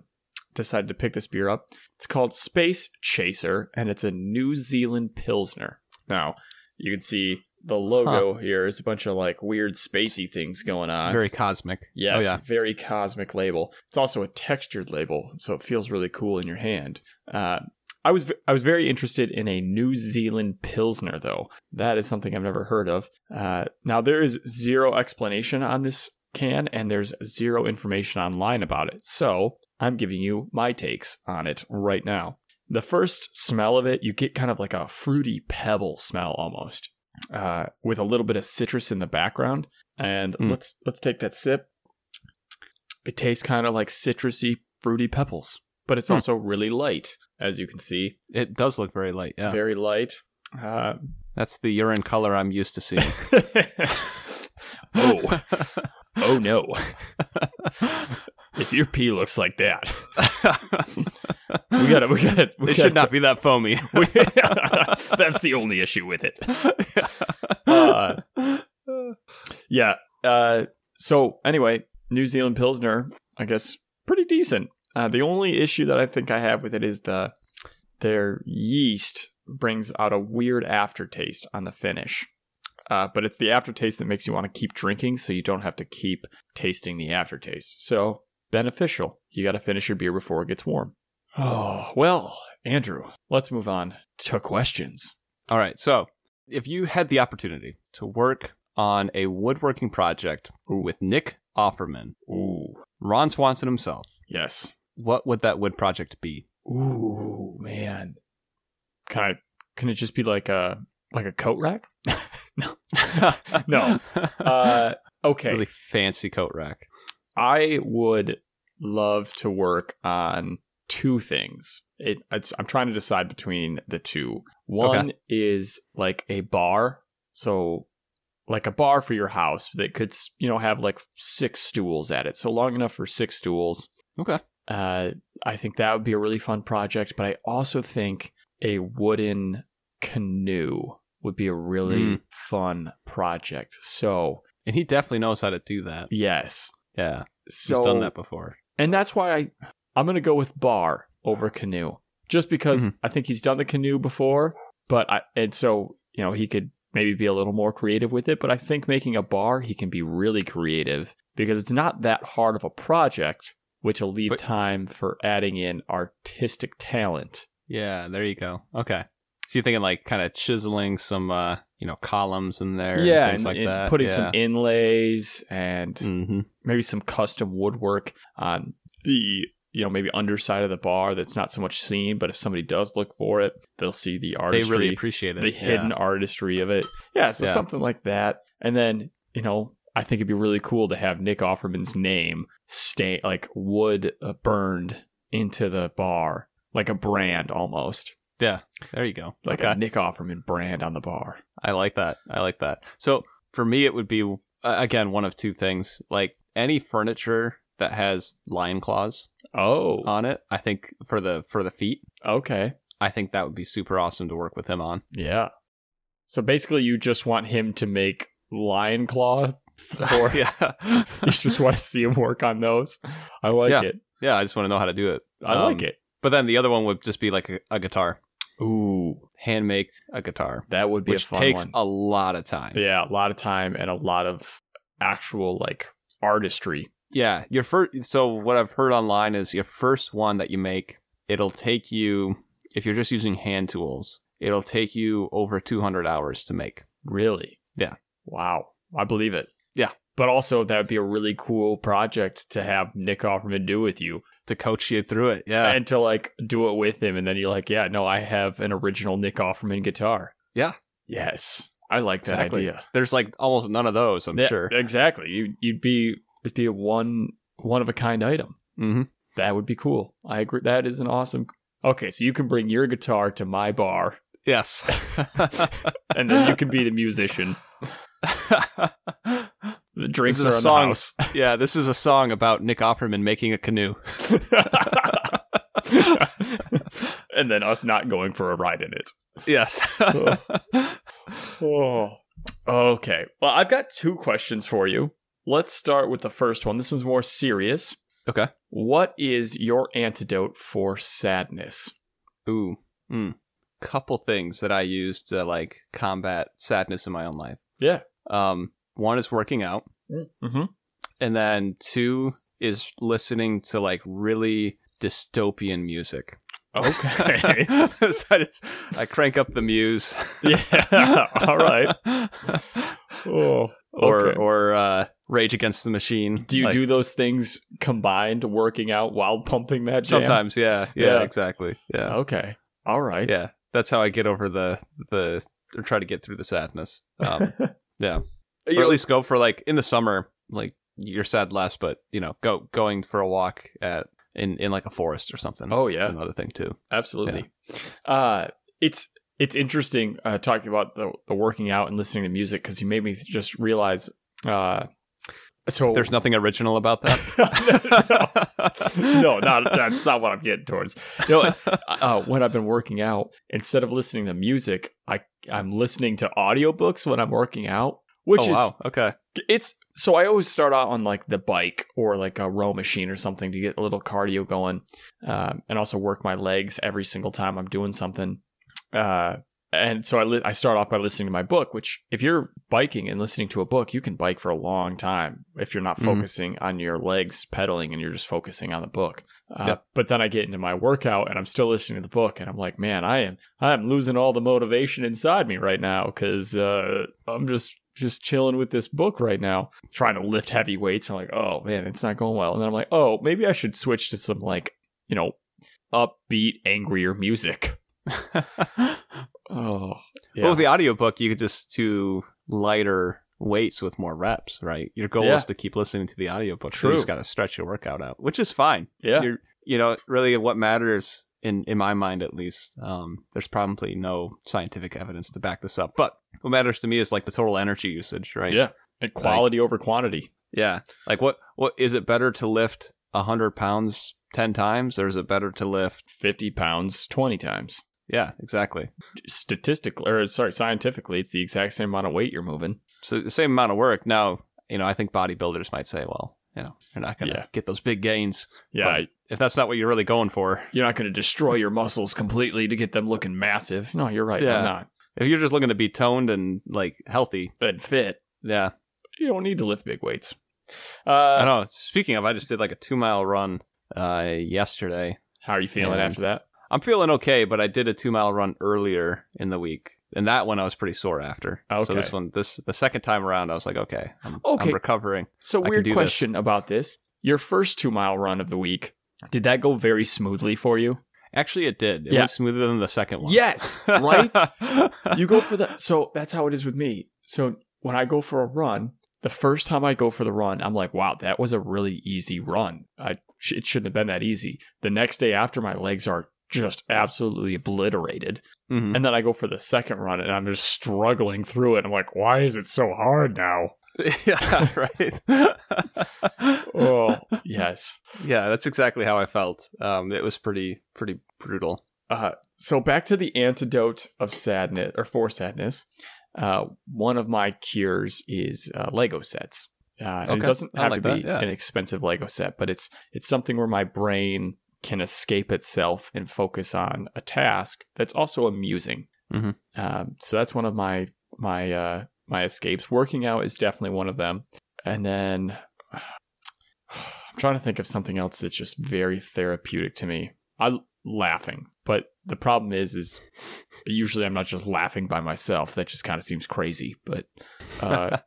[SPEAKER 1] decided to pick this beer up. It's called Space Chaser, and it's a New Zealand Pilsner. Now, you can see the logo here is a bunch of like weird spacey things going
[SPEAKER 2] It's
[SPEAKER 1] on.
[SPEAKER 2] very cosmic.
[SPEAKER 1] uh, Yes,
[SPEAKER 2] Oh yeah.
[SPEAKER 1] very cosmic label. It's also a textured label, so it feels really cool in your hand. Uh, I was I was very interested in a New Zealand Pilsner, though. That is something I've never heard of. Uh, now there is zero explanation on this can, and there's zero information online about it. So I'm giving you my takes on it right now. The first smell of it, you get kind of like a fruity pebble smell almost, uh, with a little bit of citrus in the background. And
[SPEAKER 2] Mm.
[SPEAKER 1] let's let's take that sip. It tastes kind of like citrusy, fruity pebbles, but it's
[SPEAKER 2] Hmm.
[SPEAKER 1] also really light, as you can see.
[SPEAKER 2] It does look very light. Yeah.
[SPEAKER 1] Very light. Uh,
[SPEAKER 2] That's the urine color I'm used to seeing.
[SPEAKER 1] oh, oh no. If your pee looks like that, we gotta, we gotta, we gotta
[SPEAKER 2] it should not be that foamy.
[SPEAKER 1] we- that's the only issue with it. Uh, yeah. Uh, so anyway, New Zealand Pilsner, I guess, pretty decent. Uh, the only issue that I think I have with it is the their yeast brings out a weird aftertaste on the finish. Uh, but it's the aftertaste that makes you want to keep drinking, so you don't have to keep tasting the aftertaste. So beneficial. You got to finish your beer before it gets warm. Oh well, Andrew, let's move on to questions.
[SPEAKER 2] All right. So, if you had the opportunity to work on a woodworking project with Nick Offerman,
[SPEAKER 1] Ooh,
[SPEAKER 2] Ron Swanson himself,
[SPEAKER 1] yes.
[SPEAKER 2] what would that wood project be?
[SPEAKER 1] Ooh, man. Can I can it just be like a like a coat rack? no. No. Uh okay.
[SPEAKER 2] Really fancy coat rack.
[SPEAKER 1] I would love to work on two things. It, it's, I'm trying to decide between the two. One is like a bar, so like a bar for your house that could you know have like six stools at it, so long enough for six stools.
[SPEAKER 2] Okay.
[SPEAKER 1] Uh, I think that would be a really fun project, but I also think a wooden canoe would be a really
[SPEAKER 2] Mm.
[SPEAKER 1] fun project. So
[SPEAKER 2] And he definitely knows how to do that.
[SPEAKER 1] yes,
[SPEAKER 2] Yeah.
[SPEAKER 1] so
[SPEAKER 2] he's done that before.
[SPEAKER 1] and that's why I I'm gonna go with bar over canoe, just because
[SPEAKER 2] Mhm.
[SPEAKER 1] I think he's done the canoe before, but I and so you know he could maybe be a little more creative with it. But I think making a bar, he can be really creative because it's not that hard of a project, which will leave
[SPEAKER 2] But-
[SPEAKER 1] time for adding in artistic talent.
[SPEAKER 2] Yeah, there you go. Okay. So you're thinking like kind of chiseling some uh, you know, columns in there and
[SPEAKER 1] and,
[SPEAKER 2] things like
[SPEAKER 1] and
[SPEAKER 2] that.
[SPEAKER 1] putting some inlays and
[SPEAKER 2] hmm
[SPEAKER 1] maybe some custom woodwork on the you know maybe underside of the bar that's not so much seen but if somebody does look for it they'll see the
[SPEAKER 2] They
[SPEAKER 1] artistry
[SPEAKER 2] really appreciate it.
[SPEAKER 1] the
[SPEAKER 2] Yeah.
[SPEAKER 1] hidden artistry of it yeah so
[SPEAKER 2] Yeah.
[SPEAKER 1] something like that and then you know i think it'd be really cool to have nick offerman's name stay like wood uh, burned into the bar like a brand almost
[SPEAKER 2] There you go.
[SPEAKER 1] like
[SPEAKER 2] okay.
[SPEAKER 1] a nick offerman brand on the bar
[SPEAKER 2] I like that. I like that. So for me, it would be uh, again one of two things: like any furniture that has lion claws
[SPEAKER 1] oh
[SPEAKER 2] on it. I think for the for the feet,
[SPEAKER 1] okay
[SPEAKER 2] I think that would be super awesome to work with him on.
[SPEAKER 1] Yeah. So basically, you just want him to make lion claw for.
[SPEAKER 2] yeah,
[SPEAKER 1] You just want to see him work on those. I like
[SPEAKER 2] Yeah.
[SPEAKER 1] it.
[SPEAKER 2] yeah. I just want to know how to do it.
[SPEAKER 1] I like
[SPEAKER 2] Um,
[SPEAKER 1] it.
[SPEAKER 2] But then the other one would just be like a, a guitar,
[SPEAKER 1] Ooh,
[SPEAKER 2] hand make a guitar,
[SPEAKER 1] that would be a
[SPEAKER 2] which
[SPEAKER 1] fun
[SPEAKER 2] takes
[SPEAKER 1] one.
[SPEAKER 2] a lot of time.
[SPEAKER 1] yeah, a lot of time and a lot of actual like artistry.
[SPEAKER 2] Yeah, your first. So what I've heard online is your first one that you make, it'll take you if you're just using hand tools, it'll take you over 200 hours to make.
[SPEAKER 1] Really?
[SPEAKER 2] Yeah.
[SPEAKER 1] Wow. I believe it.
[SPEAKER 2] Yeah.
[SPEAKER 1] But also, that would be a really cool project to have Nick Offerman do with you
[SPEAKER 2] To coach you through it, yeah,
[SPEAKER 1] and to like do it with him. And then you're like, yeah, no, I have an original Nick Offerman guitar.
[SPEAKER 2] Yeah.
[SPEAKER 1] Yes. I like that
[SPEAKER 2] Exactly.
[SPEAKER 1] idea.
[SPEAKER 2] there's like almost none of those, I'm
[SPEAKER 1] Yeah,
[SPEAKER 2] sure.
[SPEAKER 1] Exactly. You you'd be it'd be a one one of a kind item.
[SPEAKER 2] hmm
[SPEAKER 1] That would be cool. I agree. That is an awesome. Okay, so you can bring your guitar to my bar,
[SPEAKER 2] Yes,
[SPEAKER 1] and then you can be the musician. The drinks
[SPEAKER 2] is
[SPEAKER 1] are
[SPEAKER 2] a
[SPEAKER 1] on
[SPEAKER 2] song.
[SPEAKER 1] the house.
[SPEAKER 2] yeah, this is a song about Nick Offerman making a canoe.
[SPEAKER 1] and then us not going for a ride in it.
[SPEAKER 2] yes,
[SPEAKER 1] Oh. Okay. Well, I've got two questions for you. Let's start with the first one. This one's more serious.
[SPEAKER 2] Okay.
[SPEAKER 1] What is your antidote for sadness?
[SPEAKER 2] ooh, mm. couple things that I use to like combat sadness in my own life.
[SPEAKER 1] Yeah.
[SPEAKER 2] Um, one is working out.
[SPEAKER 1] Mm-hmm.
[SPEAKER 2] and then two is listening to like really dystopian music.
[SPEAKER 1] Okay.
[SPEAKER 2] so I just I crank up the muse.
[SPEAKER 1] yeah. All right. Oh.
[SPEAKER 2] Or
[SPEAKER 1] okay.
[SPEAKER 2] or uh, Rage Against the Machine.
[SPEAKER 1] do you
[SPEAKER 2] Like,
[SPEAKER 1] do those things combined, working out while pumping that jam?
[SPEAKER 2] sometimes? Yeah, yeah,
[SPEAKER 1] Yeah.
[SPEAKER 2] exactly. Yeah,
[SPEAKER 1] Okay. All right.
[SPEAKER 2] yeah. That's how I get over the the or try to get through the sadness. Um, yeah, or at least go for like in the summer, like you're sad less, but you know, go going for a walk at in in like a forest or something.
[SPEAKER 1] Oh,
[SPEAKER 2] It's
[SPEAKER 1] yeah.
[SPEAKER 2] another thing too.
[SPEAKER 1] absolutely. Uh, it's it's interesting uh, talking about the, the working out and listening to music because you made me just realize. Uh, so
[SPEAKER 2] There's nothing original about that.
[SPEAKER 1] no, no, not, that's not what I'm getting towards. You know, uh, when I've been working out, instead of listening to music, I I'm listening to audiobooks when I'm working out, which
[SPEAKER 2] oh,
[SPEAKER 1] is
[SPEAKER 2] wow. Okay.
[SPEAKER 1] it's so I always start out on like the bike or like a row machine or something to get a little cardio going, um, and also work my legs every single time I'm doing something. Uh, and so I li- I start off by listening to my book, which if you're biking and listening to a book, you can bike for a long time if you're not
[SPEAKER 2] Mhm.
[SPEAKER 1] focusing on your legs pedaling and you're just focusing on the book. Uh,
[SPEAKER 2] Yep.
[SPEAKER 1] But then I get into my workout and I'm still listening to the book, and I'm like, man, I am I'm losing all the motivation inside me right now because uh, I'm just just chilling with this book right now, trying to lift heavy weights. And I'm like, oh man, it's not going well. And then I'm like, oh, maybe I should switch to some like you know upbeat, angrier music. Oh, yeah.
[SPEAKER 2] Well, with the audiobook, you could just do lighter weights with more reps, right? Your goal
[SPEAKER 1] Yeah.
[SPEAKER 2] is to keep listening to the audiobook. So
[SPEAKER 1] True.
[SPEAKER 2] you just got to stretch your workout out, which is fine.
[SPEAKER 1] yeah,
[SPEAKER 2] You're, you know, really what matters in in my mind at least. Um, there's probably no scientific evidence to back this up, but what matters to me is like the total energy usage, right?
[SPEAKER 1] Yeah. And quality over quantity.
[SPEAKER 2] Yeah. Like what what is it better to lift hundred pounds ten times or is it better to lift
[SPEAKER 1] 50 pounds 20 times.
[SPEAKER 2] yeah, exactly.
[SPEAKER 1] Statistically, or sorry, scientifically, it's the exact same amount of weight you're moving.
[SPEAKER 2] So the same amount of work. Now, you know, I think bodybuilders might say, well, you know, you're not gonna
[SPEAKER 1] Yeah.
[SPEAKER 2] get those big gains.
[SPEAKER 1] Yeah.
[SPEAKER 2] But- If that's not what you're really going for.
[SPEAKER 1] You're not going to destroy your muscles completely to get them looking massive. No, you're right.
[SPEAKER 2] Yeah.
[SPEAKER 1] I'm not.
[SPEAKER 2] If you're just looking to be toned and like healthy,
[SPEAKER 1] And fit.
[SPEAKER 2] yeah.
[SPEAKER 1] You don't need to lift big weights.
[SPEAKER 2] I
[SPEAKER 1] Uh,
[SPEAKER 2] know. Speaking of, I just did like a two mile run uh yesterday.
[SPEAKER 1] how are you feeling
[SPEAKER 2] And-
[SPEAKER 1] after that?
[SPEAKER 2] I'm feeling okay, but I did a two mile run earlier in the week. And that one I was pretty sore after. So
[SPEAKER 1] Okay.
[SPEAKER 2] this one this the second time around I was like, okay, I'm,
[SPEAKER 1] Okay.
[SPEAKER 2] I'm recovering.
[SPEAKER 1] So
[SPEAKER 2] I can
[SPEAKER 1] weird
[SPEAKER 2] do
[SPEAKER 1] question about this. Your first two mile run of the week, did that go very smoothly for you?
[SPEAKER 2] Actually it did. It
[SPEAKER 1] Yeah.
[SPEAKER 2] went smoother than the second one.
[SPEAKER 1] Yes, right. you go for the so that's how it is with me. So when I go for a run, the first time I go for the run, I'm like, wow, that was a really easy run. I sh- it shouldn't have been that easy. The next day after, my legs are just absolutely obliterated,
[SPEAKER 2] Mhm.
[SPEAKER 1] and then I go for the second run, and I'm just struggling through it. I'm like, why is it so hard now?
[SPEAKER 2] yeah, right.
[SPEAKER 1] Oh, yes.
[SPEAKER 2] yeah, that's exactly how I felt. Um, it was pretty, pretty brutal.
[SPEAKER 1] Uh, so back to the antidote of sadness or for sadness. Uh, one of my cures is uh, Lego sets. Uh, and It
[SPEAKER 2] Okay.
[SPEAKER 1] doesn't
[SPEAKER 2] I
[SPEAKER 1] have
[SPEAKER 2] like
[SPEAKER 1] to be
[SPEAKER 2] that, yeah.
[SPEAKER 1] an expensive Lego set, but it's it's something where my brain can escape itself and focus on a task that's also amusing.
[SPEAKER 2] Mhm.
[SPEAKER 1] Um, so that's one of my my uh, my escapes. Working out is definitely one of them, and then I'm trying to think of something else that's just very therapeutic to me. I l- laughing, but the problem is, is usually I'm not just laughing by myself. That just kind of seems crazy, but uh,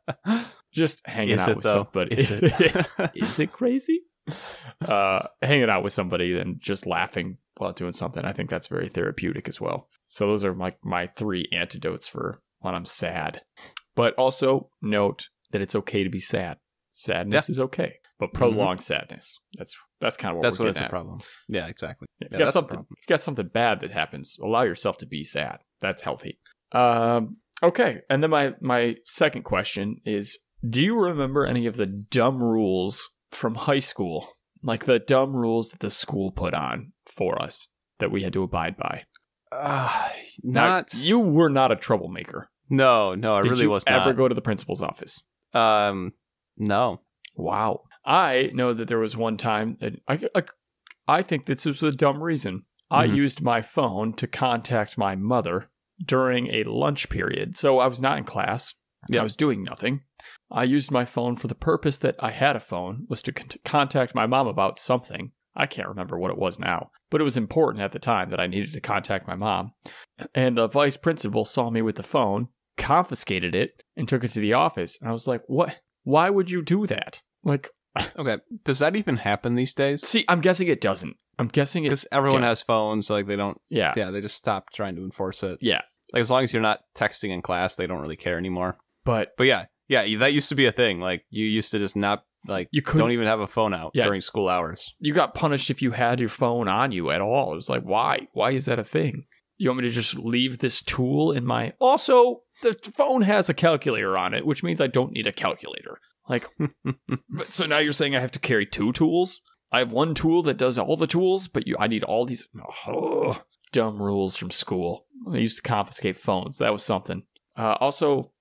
[SPEAKER 1] just hanging
[SPEAKER 2] Is
[SPEAKER 1] out
[SPEAKER 2] it,
[SPEAKER 1] with
[SPEAKER 2] though?
[SPEAKER 1] somebody.
[SPEAKER 2] Is it?
[SPEAKER 1] is, is it crazy? Uh, hanging out with somebody and just laughing while doing something. I think that's very therapeutic as well. So those are like my three antidotes for when I'm sad. But also note that it's okay to be sad. Sadness is okay, but prolonged sadness. That's Mm-hmm. that's kind of what
[SPEAKER 2] that's
[SPEAKER 1] we're
[SPEAKER 2] what it's
[SPEAKER 1] getting
[SPEAKER 2] a
[SPEAKER 1] at.
[SPEAKER 2] problem. Yeah, exactly.
[SPEAKER 1] If you
[SPEAKER 2] Yeah,
[SPEAKER 1] got
[SPEAKER 2] that's a
[SPEAKER 1] something,
[SPEAKER 2] problem.
[SPEAKER 1] if you got something bad that happens, allow yourself to be sad. That's healthy. Um, okay, and then my my second question is: Do you remember any of the dumb rules from high school, like the dumb rules that the school put on for us that we had to abide by?
[SPEAKER 2] Uh,
[SPEAKER 1] Now,
[SPEAKER 2] not
[SPEAKER 1] you were not a troublemaker.
[SPEAKER 2] No, no, I
[SPEAKER 1] Did
[SPEAKER 2] really
[SPEAKER 1] you
[SPEAKER 2] was
[SPEAKER 1] ever
[SPEAKER 2] not.
[SPEAKER 1] go to the principal's office?
[SPEAKER 2] um, no.
[SPEAKER 1] Wow. I know that there was one time that I, I, I think this was a dumb reason. I
[SPEAKER 2] Mhm.
[SPEAKER 1] used my phone to contact my mother during a lunch period. So I was not in class.
[SPEAKER 2] Yeah.
[SPEAKER 1] I was doing nothing. I used my phone for the purpose that I had a phone was to con- contact my mom about something. I can't remember what it was now, but it was important at the time that I needed to contact my mom. And the vice principal saw me with the phone, confiscated it, and took it to the office. And I was like, "What? Why would you do that?" Like,
[SPEAKER 2] Okay, does that even happen these days?
[SPEAKER 1] see, I'm guessing it doesn't. I'm guessing it.
[SPEAKER 2] Because everyone
[SPEAKER 1] does.
[SPEAKER 2] has phones, like they don't.
[SPEAKER 1] Yeah.
[SPEAKER 2] Yeah, they just stop trying to enforce it.
[SPEAKER 1] Yeah.
[SPEAKER 2] like as long as you're not texting in class, they don't really care anymore.
[SPEAKER 1] But
[SPEAKER 2] But yeah, yeah, that used to be a thing. Like you used to just not like
[SPEAKER 1] You
[SPEAKER 2] you
[SPEAKER 1] couldn't-
[SPEAKER 2] don't even have a phone out
[SPEAKER 1] Yeah.
[SPEAKER 2] during school hours.
[SPEAKER 1] you got punished if you had your phone on you at all. It was like, why? Why is that a thing? You want me to just leave this tool in my. Also, the phone has a calculator on it, which means I don't need a calculator. Like, but so now you're saying I have to carry two tools? I have one tool that does all the tools, but you, I need all these Ugh. dumb rules from school. I used to confiscate phones. That was something. Uh, also,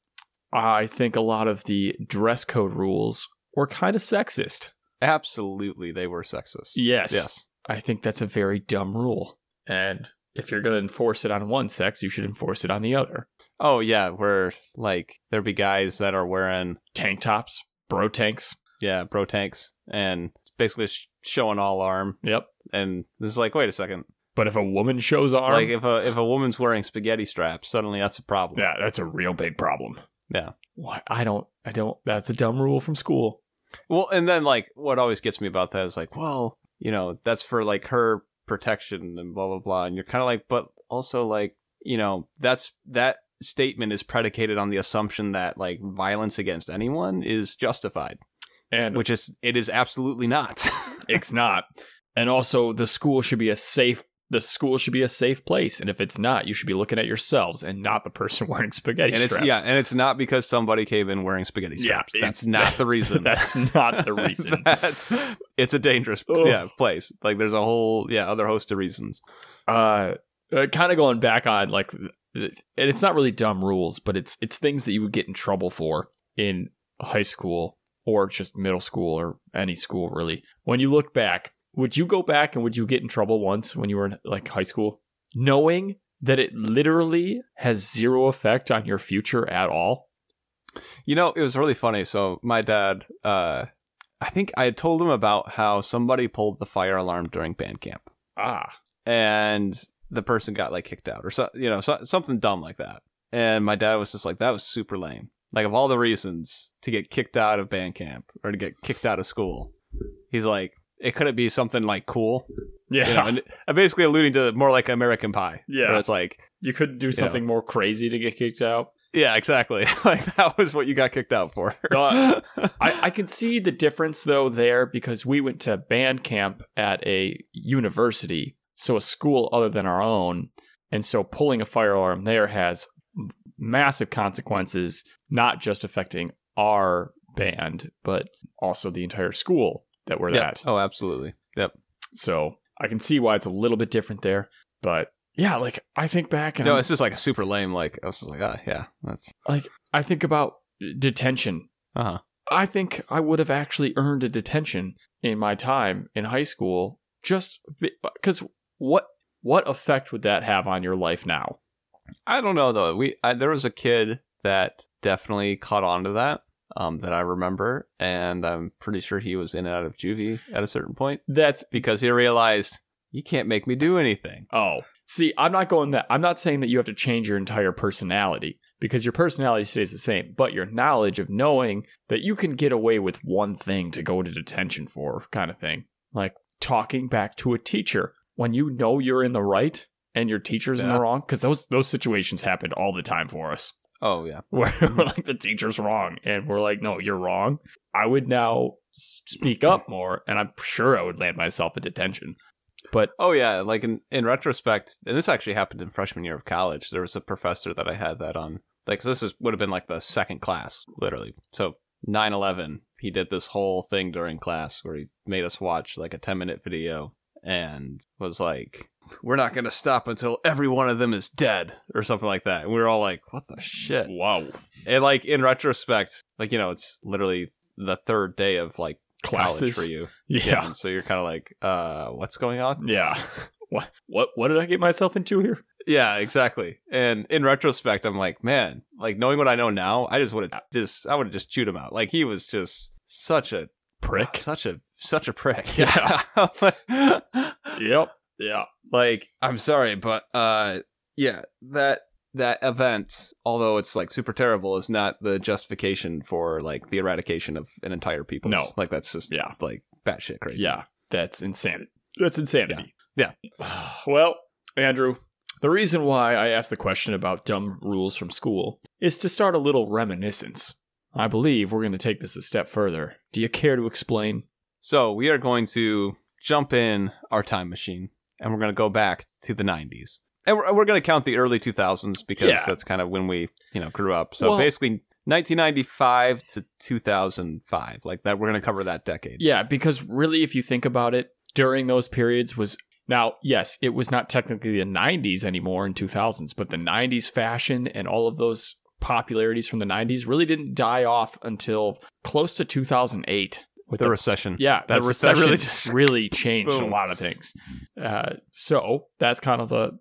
[SPEAKER 1] I think a lot of the dress code rules were kind of sexist.
[SPEAKER 2] Absolutely, they were sexist.
[SPEAKER 1] Yes.
[SPEAKER 2] Yes.
[SPEAKER 1] I think that's a very dumb rule. And if you're going to enforce it on one sex, you should enforce it on the other.
[SPEAKER 2] Oh yeah, where like there'd be guys that are wearing
[SPEAKER 1] Tank tops, bro tanks.
[SPEAKER 2] yeah bro tanks and basically sh- showing all arm,
[SPEAKER 1] Yep.
[SPEAKER 2] and this is like wait a second,
[SPEAKER 1] But if a woman shows arm,
[SPEAKER 2] like if a if a woman's wearing spaghetti straps, suddenly that's a problem.
[SPEAKER 1] yeah, that's a real big problem.
[SPEAKER 2] Yeah.
[SPEAKER 1] Why? I don't. I don't. That's a dumb rule from school.
[SPEAKER 2] Well, and then like what always gets me about that is like, well, you know, that's for like her protection and blah blah blah, and you're kind of like, but also like, you know, that's that statement is predicated on the assumption that like violence against anyone is justified,
[SPEAKER 1] And
[SPEAKER 2] which is it is absolutely not.
[SPEAKER 1] it's not. And also, the school should be a safe. The school should be a safe place, and if it's not, you should be looking at yourselves and not the person wearing spaghetti
[SPEAKER 2] and it's
[SPEAKER 1] straps.
[SPEAKER 2] yeah, and it's not because somebody came in wearing spaghetti
[SPEAKER 1] Yeah,
[SPEAKER 2] straps. That's
[SPEAKER 1] it's-
[SPEAKER 2] not the reason.
[SPEAKER 1] that's not the reason. Oh.
[SPEAKER 2] That's- it's a dangerous
[SPEAKER 1] Ugh.
[SPEAKER 2] yeah place. Like there's a whole yeah other host of reasons.
[SPEAKER 1] uh, uh kind of going back on like th- th- and it's not really dumb rules but it's it's things that you would get in trouble for in high school or just middle school or any school really when you look back would you go back and would you get in trouble once when you were in like high school knowing that it literally has zero effect on your future at all
[SPEAKER 2] You know, it was really funny. So my dad, uh, I think I had told him about how somebody pulled the fire alarm during band camp.
[SPEAKER 1] ah
[SPEAKER 2] and the person got like kicked out or so, you know so, something dumb like that and my dad was just like that was super lame like of all the reasons to get kicked out of band camp or to get kicked out of school he's like it couldn't be something like cool
[SPEAKER 1] yeah
[SPEAKER 2] you know and I'm basically alluding to more like american pie
[SPEAKER 1] Yeah.
[SPEAKER 2] where it's like
[SPEAKER 1] you couldn't do something more crazy to get kicked out
[SPEAKER 2] yeah exactly like that was what you got kicked out for
[SPEAKER 1] Uh, I, I can see the difference though there because we went to band camp at a university, so a school other than our own, and so pulling a fire alarm there has m- massive consequences, not just affecting our band, but also the entire school that we're
[SPEAKER 2] yeah.
[SPEAKER 1] at.
[SPEAKER 2] oh absolutely yep
[SPEAKER 1] So I can see why it's a little bit different there, but yeah, like I think back and
[SPEAKER 2] no
[SPEAKER 1] I'm-
[SPEAKER 2] it's just like a super lame like i was just like ah yeah that's
[SPEAKER 1] I think about uh, detention
[SPEAKER 2] uh-huh
[SPEAKER 1] I think I would have actually earned a detention in my time in high school just because what what effect would that have on your life now?
[SPEAKER 2] I don't know though. We I, there was a kid that definitely caught on to that um, that I remember, and I'm pretty sure he was in and out of juvie at a certain point
[SPEAKER 1] That's
[SPEAKER 2] because he realized you can't make me do anything.
[SPEAKER 1] oh. See, I'm not going that I'm not saying that you have to change your entire personality because your personality stays the same, but your knowledge of knowing that you can get away with one thing to go to detention for kind of thing. Like talking back to a teacher when you know you're in the right and your teacher's in
[SPEAKER 2] Yeah.
[SPEAKER 1] the wrong because those those situations happened all the time for us.
[SPEAKER 2] Oh yeah,
[SPEAKER 1] where we're like the teacher's wrong and we're like no you're wrong i would now s- speak up more and i'm sure i would land myself in detention but
[SPEAKER 2] oh yeah. Like in in retrospect, and this actually happened in freshman year of college. There was a professor that I had that on. Like so this is, would have been like the second class, literally. So 9/11, he did this whole thing during class where he made us watch like a 10 minute video and was like, "We're not gonna stop until every one of them is dead" or something like that. And we were all like, "What the shit?"
[SPEAKER 1] wow
[SPEAKER 2] And like in retrospect, like you know, it's literally the third day of like college
[SPEAKER 1] classes
[SPEAKER 2] for you.
[SPEAKER 1] yeah
[SPEAKER 2] And so you're kind of like, "Uh, what's going on?"
[SPEAKER 1] yeah what what what did i get myself into here
[SPEAKER 2] Yeah, exactly. And in retrospect, I'm like, man, like knowing what I know now, I just would have just, I would have just chewed him out. Like he was just such a
[SPEAKER 1] prick
[SPEAKER 2] such a such a prick.
[SPEAKER 1] Yeah. yep yeah
[SPEAKER 2] like I'm sorry, but uh, yeah, that that event, although it's like super terrible, is not the justification for like the eradication of an entire people.
[SPEAKER 1] No.
[SPEAKER 2] like that's just
[SPEAKER 1] Yeah.
[SPEAKER 2] like batshit crazy.
[SPEAKER 1] yeah that's insanity that's insanity yeah. well andrew the reason why i asked the question about dumb rules from school is to start a little reminiscence i believe we're going to take this a step further do you care to explain
[SPEAKER 2] So we are going to jump in our time machine and we're going to go back to the 90s. And we're, we're going to count the early 2000s because
[SPEAKER 1] Yeah.
[SPEAKER 2] that's kind of when we, you know, grew up. So
[SPEAKER 1] Well-
[SPEAKER 2] basically 1995 to 2005, like that, we're going to cover that decade.
[SPEAKER 1] Yeah, because really, if you think about it, during those periods was now, yes, it was not technically the 90s anymore in 2000s, but the 90s fashion and all of those popularities from the 90s really didn't die off until close to 2008. With
[SPEAKER 2] The recession.
[SPEAKER 1] yeah, the
[SPEAKER 2] That's- that
[SPEAKER 1] recession
[SPEAKER 2] really
[SPEAKER 1] really,
[SPEAKER 2] just-
[SPEAKER 1] changed a
[SPEAKER 2] Boom.
[SPEAKER 1] lot of things. Uh, so that's kind of the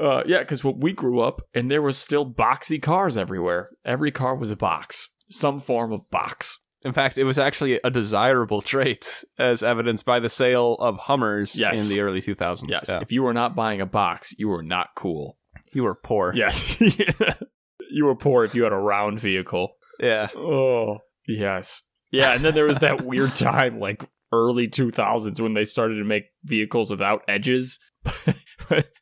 [SPEAKER 1] uh, yeah, because when we grew up and there was still boxy cars everywhere. Every car was a box, some form of box.
[SPEAKER 2] In fact, it was actually a desirable trait as evidenced by the sale of Hummers
[SPEAKER 1] Yes.
[SPEAKER 2] in the early 2000s.
[SPEAKER 1] Yes.
[SPEAKER 2] Yeah.
[SPEAKER 1] If you were not buying a box, you were not cool.
[SPEAKER 2] You were poor.
[SPEAKER 1] Yes. you were poor if you had a round vehicle.
[SPEAKER 2] Yeah.
[SPEAKER 1] Oh, yes. Yeah. And then there was that weird time, like early 2000s, when they started to make vehicles without edges.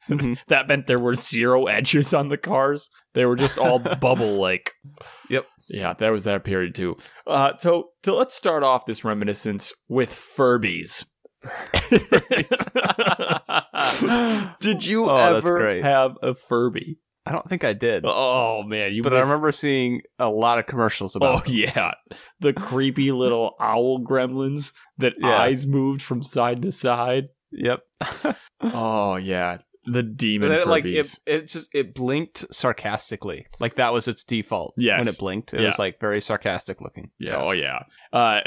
[SPEAKER 2] Mhm.
[SPEAKER 1] that meant there were zero edges on the cars. They were just all bubble like.
[SPEAKER 2] Yep.
[SPEAKER 1] Yeah, that was that period too. Uh, so, so let's start off this reminiscence with Furbies. Did you
[SPEAKER 2] Oh, that's
[SPEAKER 1] ever
[SPEAKER 2] great.
[SPEAKER 1] have a Furby?
[SPEAKER 2] I don't think I did.
[SPEAKER 1] Oh man, you.
[SPEAKER 2] but I
[SPEAKER 1] missed-
[SPEAKER 2] remember seeing a lot of commercials
[SPEAKER 1] Oh
[SPEAKER 2] about it.
[SPEAKER 1] yeah, the creepy little owl gremlins that
[SPEAKER 2] Yeah.
[SPEAKER 1] eyes moved from side to side.
[SPEAKER 2] Yep.
[SPEAKER 1] Oh yeah, the demon
[SPEAKER 2] And it,
[SPEAKER 1] Furbies.
[SPEAKER 2] like it, it just it blinked sarcastically. Like that was its default.
[SPEAKER 1] Yes.
[SPEAKER 2] When it blinked, it
[SPEAKER 1] Yeah.
[SPEAKER 2] was like very sarcastic looking.
[SPEAKER 1] Yeah. Oh yeah. Uh,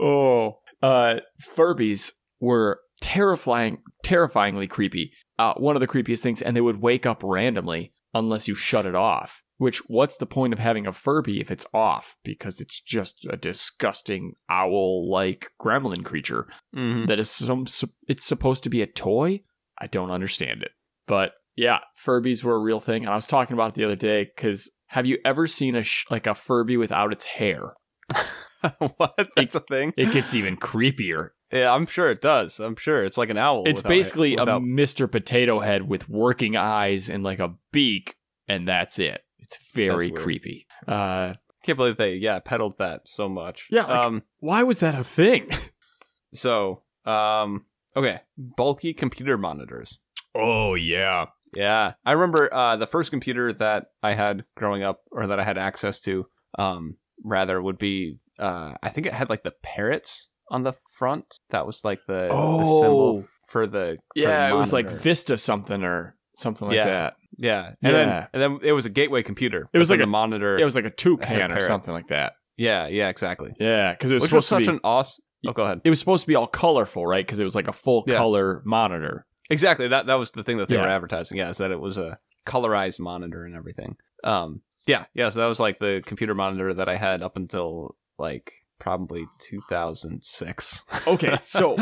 [SPEAKER 1] oh, uh, Furbies were terrifying, terrifyingly creepy. Uh, one of the creepiest things, and they would wake up randomly unless you shut it off. Which, what's the point of having a Furby if it's off? Because it's just a disgusting owl-like gremlin creature
[SPEAKER 2] Mm-hmm.
[SPEAKER 1] that is some. It's supposed to be a toy. I don't understand it, but yeah, Furbies were a real thing, and I was talking about it the other day because have you ever seen a sh- like a Furby without its hair?
[SPEAKER 2] Mm-hmm. what? That's a thing.
[SPEAKER 1] It gets even creepier.
[SPEAKER 2] Yeah, I'm sure it does. I'm sure it's like an owl.
[SPEAKER 1] It's
[SPEAKER 2] without-
[SPEAKER 1] basically a
[SPEAKER 2] without-
[SPEAKER 1] Mr. Potato Head with working eyes and like a beak, and that's it. It's very
[SPEAKER 2] That's weird.
[SPEAKER 1] creepy. Uh,
[SPEAKER 2] Can't believe they yeah peddled that so much.
[SPEAKER 1] Yeah, like-
[SPEAKER 2] um.
[SPEAKER 1] why was that a thing?
[SPEAKER 2] So um. Okay. Bulky computer monitors.
[SPEAKER 1] oh yeah,
[SPEAKER 2] Yeah, I remember uh, the first computer that I had growing up, or that I had access to, um, rather would be uh, I think it had like the parrots on the front. That was like the, the
[SPEAKER 1] Oh.
[SPEAKER 2] symbol for the for
[SPEAKER 1] yeah.
[SPEAKER 2] the
[SPEAKER 1] It was like
[SPEAKER 2] monitor.
[SPEAKER 1] Vista something or something like
[SPEAKER 2] Yeah.
[SPEAKER 1] that.
[SPEAKER 2] yeah,
[SPEAKER 1] Yeah.
[SPEAKER 2] and then and then it was a gateway computer.
[SPEAKER 1] It was
[SPEAKER 2] but then
[SPEAKER 1] like a-
[SPEAKER 2] the monitor.
[SPEAKER 1] It was like a toucan or
[SPEAKER 2] parrot.
[SPEAKER 1] something like that.
[SPEAKER 2] yeah, yeah, exactly.
[SPEAKER 1] Yeah, because it was
[SPEAKER 2] Which was
[SPEAKER 1] supposed
[SPEAKER 2] such
[SPEAKER 1] to be.
[SPEAKER 2] an awesome. Oh, go ahead.
[SPEAKER 1] it was supposed to be all colorful, right? Because it was like a full
[SPEAKER 2] Yeah.
[SPEAKER 1] color monitor.
[SPEAKER 2] Exactly. That that was the thing that they
[SPEAKER 1] Yeah.
[SPEAKER 2] were advertising. Yeah, is that it was a colorized monitor and everything. Um. Yeah. Yeah. So that was like the computer monitor that I had up until like probably 2006.
[SPEAKER 1] Okay, so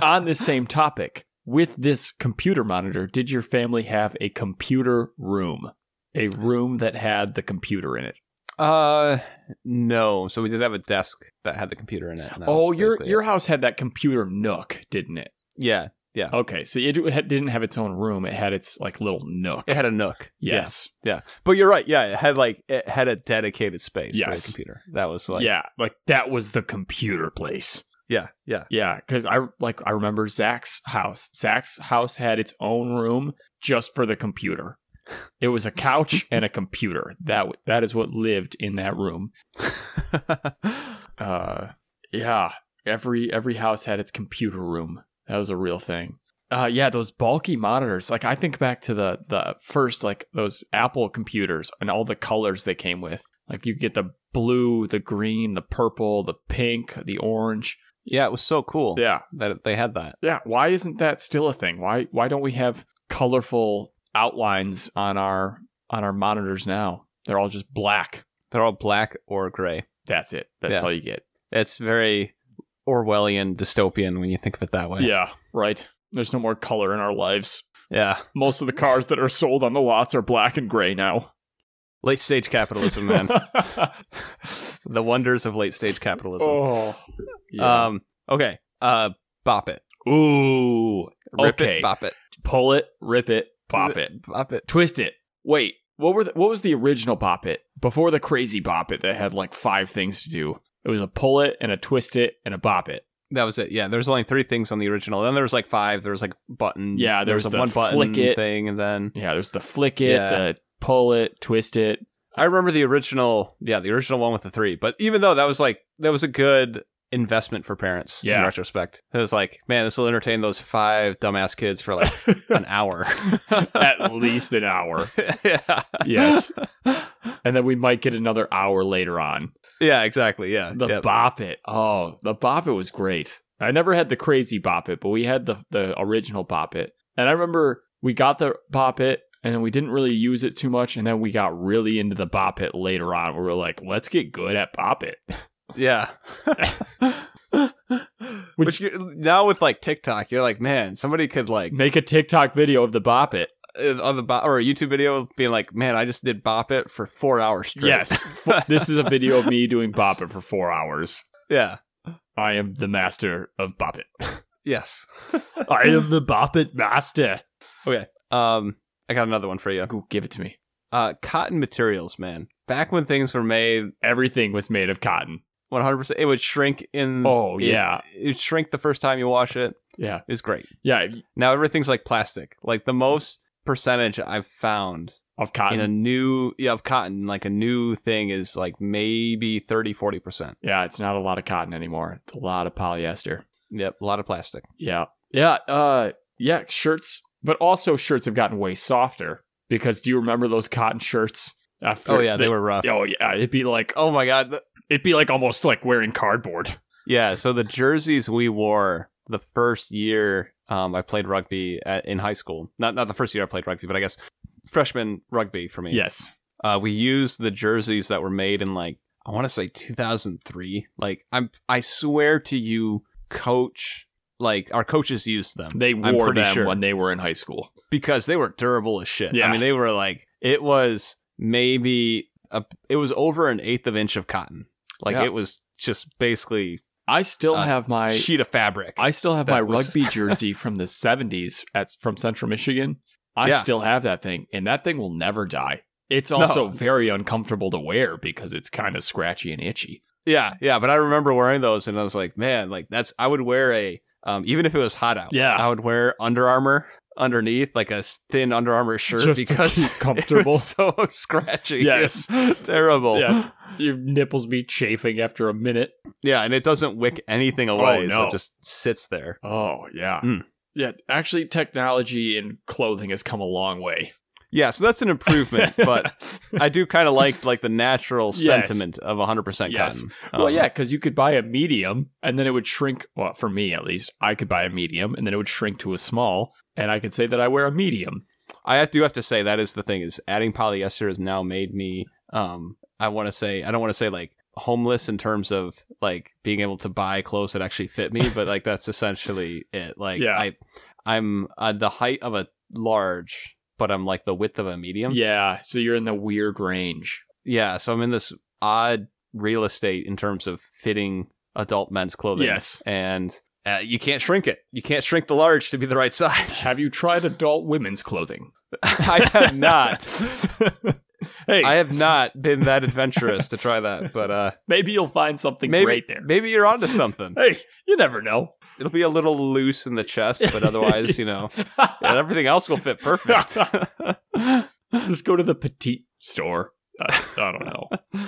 [SPEAKER 1] on this same topic, with this computer monitor, did your family have a computer room? A room that had the computer in it.
[SPEAKER 2] Uh, no. So we did have a desk that had the computer in it. and that
[SPEAKER 1] oh,
[SPEAKER 2] was
[SPEAKER 1] your
[SPEAKER 2] basically it.
[SPEAKER 1] your house had that computer nook, didn't it?
[SPEAKER 2] Yeah. Yeah.
[SPEAKER 1] Okay, so it had- didn't have its own room; it had its like little nook.
[SPEAKER 2] It had a nook.
[SPEAKER 1] yes,
[SPEAKER 2] Yeah. But you're right. Yeah. It had like it had a dedicated space for
[SPEAKER 1] Yes.
[SPEAKER 2] the computer. That was like.
[SPEAKER 1] yeah, like that was the computer place.
[SPEAKER 2] Yeah. Yeah.
[SPEAKER 1] Yeah, because I like I remember Zach's house. Zach's house had its own room just for the computer. It was a couch and a computer. That w- that is what lived in that room. Uh, yeah, every every house had its computer room. That was a real thing. Uh, yeah, those bulky monitors. Like I think back to the the first like those Apple computers and all the colors they came with. Like you get the blue, the green, the purple, the pink, the orange.
[SPEAKER 2] yeah. It was so cool
[SPEAKER 1] Yeah,
[SPEAKER 2] that they had that.
[SPEAKER 1] yeah, why isn't that still a thing? Why why don't we have colorful outlines on our on our monitors now? They're all just black.
[SPEAKER 2] They're all black or gray.
[SPEAKER 1] That's it. That's
[SPEAKER 2] Yeah.
[SPEAKER 1] all you get.
[SPEAKER 2] It's very Orwellian dystopian when you think of it that way.
[SPEAKER 1] Yeah, right. There's no more color in our lives.
[SPEAKER 2] Yeah.
[SPEAKER 1] Most of the cars that are sold on the lots are black and gray now.
[SPEAKER 2] Late stage capitalism, man. the wonders of late stage capitalism.
[SPEAKER 1] oh. Yeah.
[SPEAKER 2] Um okay. Uh bop it.
[SPEAKER 1] Ooh.
[SPEAKER 2] Rip
[SPEAKER 1] okay.
[SPEAKER 2] it, bop it.
[SPEAKER 1] Pull it, rip it, pop it.
[SPEAKER 2] Bop it.
[SPEAKER 1] Twist it. Wait, what were the, what was the original Bop It before the crazy Bop It that had like five things to do? It was a pull it and a twist it and a bop it.
[SPEAKER 2] That was it. Yeah, there's only three things on the original. Then there was like five. There was like button.
[SPEAKER 1] Yeah, there
[SPEAKER 2] there was
[SPEAKER 1] was
[SPEAKER 2] a
[SPEAKER 1] the
[SPEAKER 2] one button
[SPEAKER 1] flick it.
[SPEAKER 2] thing, and then
[SPEAKER 1] Yeah, there's the flick it,
[SPEAKER 2] Yeah.
[SPEAKER 1] the pull it, twist it.
[SPEAKER 2] I remember the original. Yeah, the original one with the three. But even though that was like that was a good investment for parents.
[SPEAKER 1] Yeah.
[SPEAKER 2] in retrospect, it was like, man, this will entertain those five dumbass kids for like an hour,
[SPEAKER 1] At least an hour.
[SPEAKER 2] yeah.
[SPEAKER 1] Yes. And then we might get another hour later on.
[SPEAKER 2] Yeah. Exactly. Yeah.
[SPEAKER 1] The
[SPEAKER 2] yeah.
[SPEAKER 1] Bop It. Oh, the Bop It was great. I never had the crazy Bop It, but we had the, the original Bop It. And I remember we got the Bop It and then we didn't really use it too much. And then we got really into the Bop It later on. where We were like, let's get good at Bop It.
[SPEAKER 2] Yeah. Which you, now with like TikTok, you're like, man, somebody could like
[SPEAKER 1] Make a TikTok video of the Bop It.
[SPEAKER 2] uh, on the bo- or a YouTube video being like, man, I just did bop it for four hours straight.
[SPEAKER 1] Yes. F- this is a video of me doing Bop It for four hours.
[SPEAKER 2] yeah.
[SPEAKER 1] I am the master of Bop It.
[SPEAKER 2] Yes.
[SPEAKER 1] I am the Bop It master.
[SPEAKER 2] Um, I got another one for you.
[SPEAKER 1] Go give it to me.
[SPEAKER 2] Uh, cotton materials, man. Back when things were made,
[SPEAKER 1] Everything was made of cotton.
[SPEAKER 2] One hundred percent. It would shrink in.
[SPEAKER 1] Oh,
[SPEAKER 2] it-
[SPEAKER 1] yeah.
[SPEAKER 2] it would shrink the first time you wash it.
[SPEAKER 1] Yeah.
[SPEAKER 2] It's great.
[SPEAKER 1] Yeah.
[SPEAKER 2] Now everything's like plastic. Like the most percentage I've found
[SPEAKER 1] Of cotton.
[SPEAKER 2] in a new yeah, of cotton, like a new thing is like maybe 30 40%.
[SPEAKER 1] yeah. It's not a lot of cotton anymore. It's a lot of polyester.
[SPEAKER 2] Yep, a lot of plastic.
[SPEAKER 1] Yeah. Yeah. Uh, yeah. Shirts, but also shirts have gotten way softer because do you remember those cotton shirts? After
[SPEAKER 2] Oh yeah, they were rough.
[SPEAKER 1] Oh yeah, it'd be like
[SPEAKER 2] Oh my god. the-
[SPEAKER 1] it'd be like almost like wearing cardboard.
[SPEAKER 2] Yeah, so the jerseys we wore the first year um, I played rugby at, in high school. Not not the first year I played rugby, but I guess freshman rugby for me.
[SPEAKER 1] Yes.
[SPEAKER 2] Uh, we used the jerseys that were made in like I want to say 2003. Like I'm I swear to you coach like our coaches used them.
[SPEAKER 1] They
[SPEAKER 2] I'm
[SPEAKER 1] wore
[SPEAKER 2] pretty
[SPEAKER 1] them
[SPEAKER 2] sure.
[SPEAKER 1] when they were in high school.
[SPEAKER 2] because they were durable as shit.
[SPEAKER 1] Yeah.
[SPEAKER 2] I mean, they were like it was maybe a, it was over an eighth of inch of cotton. Like
[SPEAKER 1] Yeah.
[SPEAKER 2] it was just basically
[SPEAKER 1] I still
[SPEAKER 2] Uh,
[SPEAKER 1] have
[SPEAKER 2] a
[SPEAKER 1] my
[SPEAKER 2] sheet of fabric.
[SPEAKER 1] I still have my
[SPEAKER 2] that was-
[SPEAKER 1] rugby jersey from the 70s at from Central Michigan. I
[SPEAKER 2] Yeah.
[SPEAKER 1] still have that thing and that thing will never die. It's also very uncomfortable to wear because it's kind of scratchy and itchy.
[SPEAKER 2] yeah, yeah. But I remember wearing those, and I was like, man, like that's I would wear a um, even if it was hot out.
[SPEAKER 1] Yeah.
[SPEAKER 2] I would wear Under Armour underneath, like a s- thin Under Armour shirt
[SPEAKER 1] Just to
[SPEAKER 2] because
[SPEAKER 1] keep
[SPEAKER 2] it was
[SPEAKER 1] comfortable.
[SPEAKER 2] so scratchy.
[SPEAKER 1] Yes.
[SPEAKER 2] It's terrible.
[SPEAKER 1] Yeah. Your nipples be chafing after a minute.
[SPEAKER 2] Yeah, and it doesn't wick anything away. So
[SPEAKER 1] no.
[SPEAKER 2] it just sits there.
[SPEAKER 1] Oh, yeah.
[SPEAKER 2] Mm.
[SPEAKER 1] Yeah, actually technology in clothing has come a long way.
[SPEAKER 2] Yeah, so that's an improvement, but I do kind of like like the natural
[SPEAKER 1] Yes.
[SPEAKER 2] sentiment of 100%
[SPEAKER 1] Yes.
[SPEAKER 2] cotton.
[SPEAKER 1] well,
[SPEAKER 2] Um,
[SPEAKER 1] yeah, because you could buy a medium and then it would shrink. Well, for me at least, I could buy a medium and then it would shrink to a small, and I could say that I wear a medium.
[SPEAKER 2] I have- do have to say that is the thing is adding polyester has now made me um I want to say I don't want to say like homeless in terms of like being able to buy clothes that actually fit me, but like that's essentially it. Like
[SPEAKER 1] Yeah.
[SPEAKER 2] I I'm uh, the height of a large, but I'm like the width of a medium.
[SPEAKER 1] Yeah, so you're in the weird range.
[SPEAKER 2] Yeah, so I'm in this odd real estate in terms of fitting adult men's clothing.
[SPEAKER 1] Yes.
[SPEAKER 2] And uh, you can't shrink it. You can't shrink the large to be the right size.
[SPEAKER 1] Have you tried adult women's clothing?
[SPEAKER 2] I have not.
[SPEAKER 1] hey,
[SPEAKER 2] I have not been that adventurous to try that, but uh,
[SPEAKER 1] maybe you'll find something
[SPEAKER 2] maybe
[SPEAKER 1] great there.
[SPEAKER 2] maybe you're onto something.
[SPEAKER 1] Hey, you never know.
[SPEAKER 2] It'll be a little loose in the chest, but otherwise, you know, yeah, everything else will fit perfect.
[SPEAKER 1] Just go to the petite store. I, I don't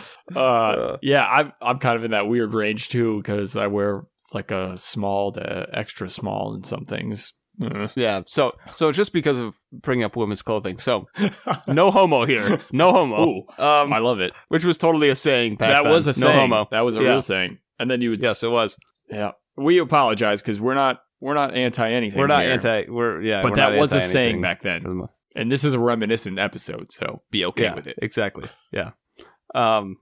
[SPEAKER 1] know. Uh, yeah, I'm I'm kind of in that weird range too because I wear like a small to extra small in some things. Uh.
[SPEAKER 2] yeah. So so just because of bringing up women's clothing, so no homo here, no homo.
[SPEAKER 1] Ooh,
[SPEAKER 2] Um,
[SPEAKER 1] I love it.
[SPEAKER 2] which was totally a saying. Back
[SPEAKER 1] That
[SPEAKER 2] then.
[SPEAKER 1] was a
[SPEAKER 2] no
[SPEAKER 1] saying.
[SPEAKER 2] homo.
[SPEAKER 1] That was a
[SPEAKER 2] Yeah.
[SPEAKER 1] real saying. And then you would
[SPEAKER 2] Yes, it was.
[SPEAKER 1] yeah. We apologize because we're not we're not anti anything.
[SPEAKER 2] We're not
[SPEAKER 1] here,
[SPEAKER 2] anti. We're yeah.
[SPEAKER 1] but
[SPEAKER 2] Uh, we're
[SPEAKER 1] that
[SPEAKER 2] not
[SPEAKER 1] was a
[SPEAKER 2] anti
[SPEAKER 1] saying
[SPEAKER 2] anything.
[SPEAKER 1] back then, and this is a reminiscent episode, so be okay
[SPEAKER 2] yeah,
[SPEAKER 1] with it.
[SPEAKER 2] exactly. Yeah. Um.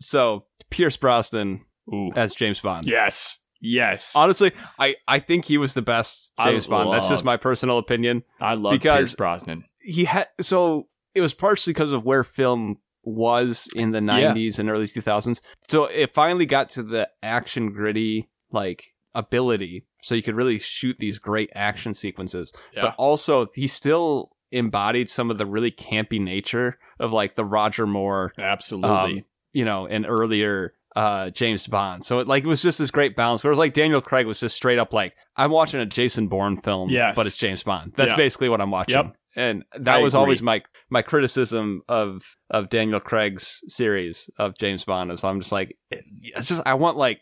[SPEAKER 2] So Pierce Brosnan
[SPEAKER 1] Ooh,
[SPEAKER 2] as James Bond.
[SPEAKER 1] yes, yes.
[SPEAKER 2] Honestly, I, I think he was the best
[SPEAKER 1] I
[SPEAKER 2] James Bond. That's just
[SPEAKER 1] loved-
[SPEAKER 2] my personal opinion.
[SPEAKER 1] I love
[SPEAKER 2] because-
[SPEAKER 1] Pierce Brosnan.
[SPEAKER 2] He had so it was partially because of where film was in the
[SPEAKER 1] Yeah.
[SPEAKER 2] 90s and early 2000s. So it finally got to the action gritty like ability so you could really shoot these great action sequences.
[SPEAKER 1] Yeah.
[SPEAKER 2] But also he still embodied some of the really campy nature of like the Roger Moore
[SPEAKER 1] Absolutely.
[SPEAKER 2] um, you know, an earlier uh, James Bond. So it like it was just this great balance. Whereas like Daniel Craig was just straight up like, I'm watching a Jason Bourne film,
[SPEAKER 1] Yes.
[SPEAKER 2] but it's James Bond. That's
[SPEAKER 1] Yeah.
[SPEAKER 2] basically what I'm watching.
[SPEAKER 1] Yep.
[SPEAKER 2] And that
[SPEAKER 1] I
[SPEAKER 2] was
[SPEAKER 1] agree.
[SPEAKER 2] always my my criticism of of Daniel Craig's series of James Bond. Is I'm just like, it's just I want like.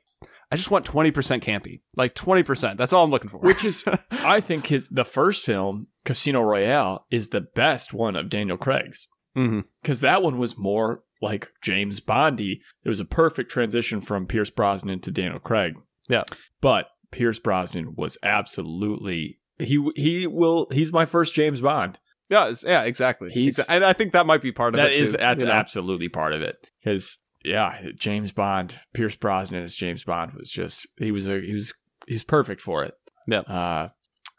[SPEAKER 2] I just want 20% campy. Like 20%. That's all I'm looking for.
[SPEAKER 1] Which is- I think his the first film, Casino Royale, is the best one of Daniel Craig's
[SPEAKER 2] Mhm.
[SPEAKER 1] because that one was more like James Bondy. It was a perfect transition from Pierce Brosnan to Daniel Craig.
[SPEAKER 2] Yeah.
[SPEAKER 1] but Pierce Brosnan was absolutely he he will he's my first James Bond.
[SPEAKER 2] Yeah, it's- yeah, exactly.
[SPEAKER 1] He's-
[SPEAKER 2] Exa- and I think that might be part of
[SPEAKER 1] That
[SPEAKER 2] it. too,
[SPEAKER 1] is that's
[SPEAKER 2] you know?
[SPEAKER 1] absolutely part of it because yeah, James Bond, Pierce Brosnan as James Bond was just he was a he was he was perfect for it.
[SPEAKER 2] Yeah.
[SPEAKER 1] Uh,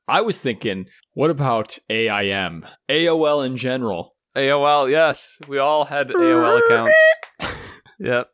[SPEAKER 1] I was thinking, what about AIM, AOL in general?
[SPEAKER 2] AOL, yes. We all had AOL accounts. yep.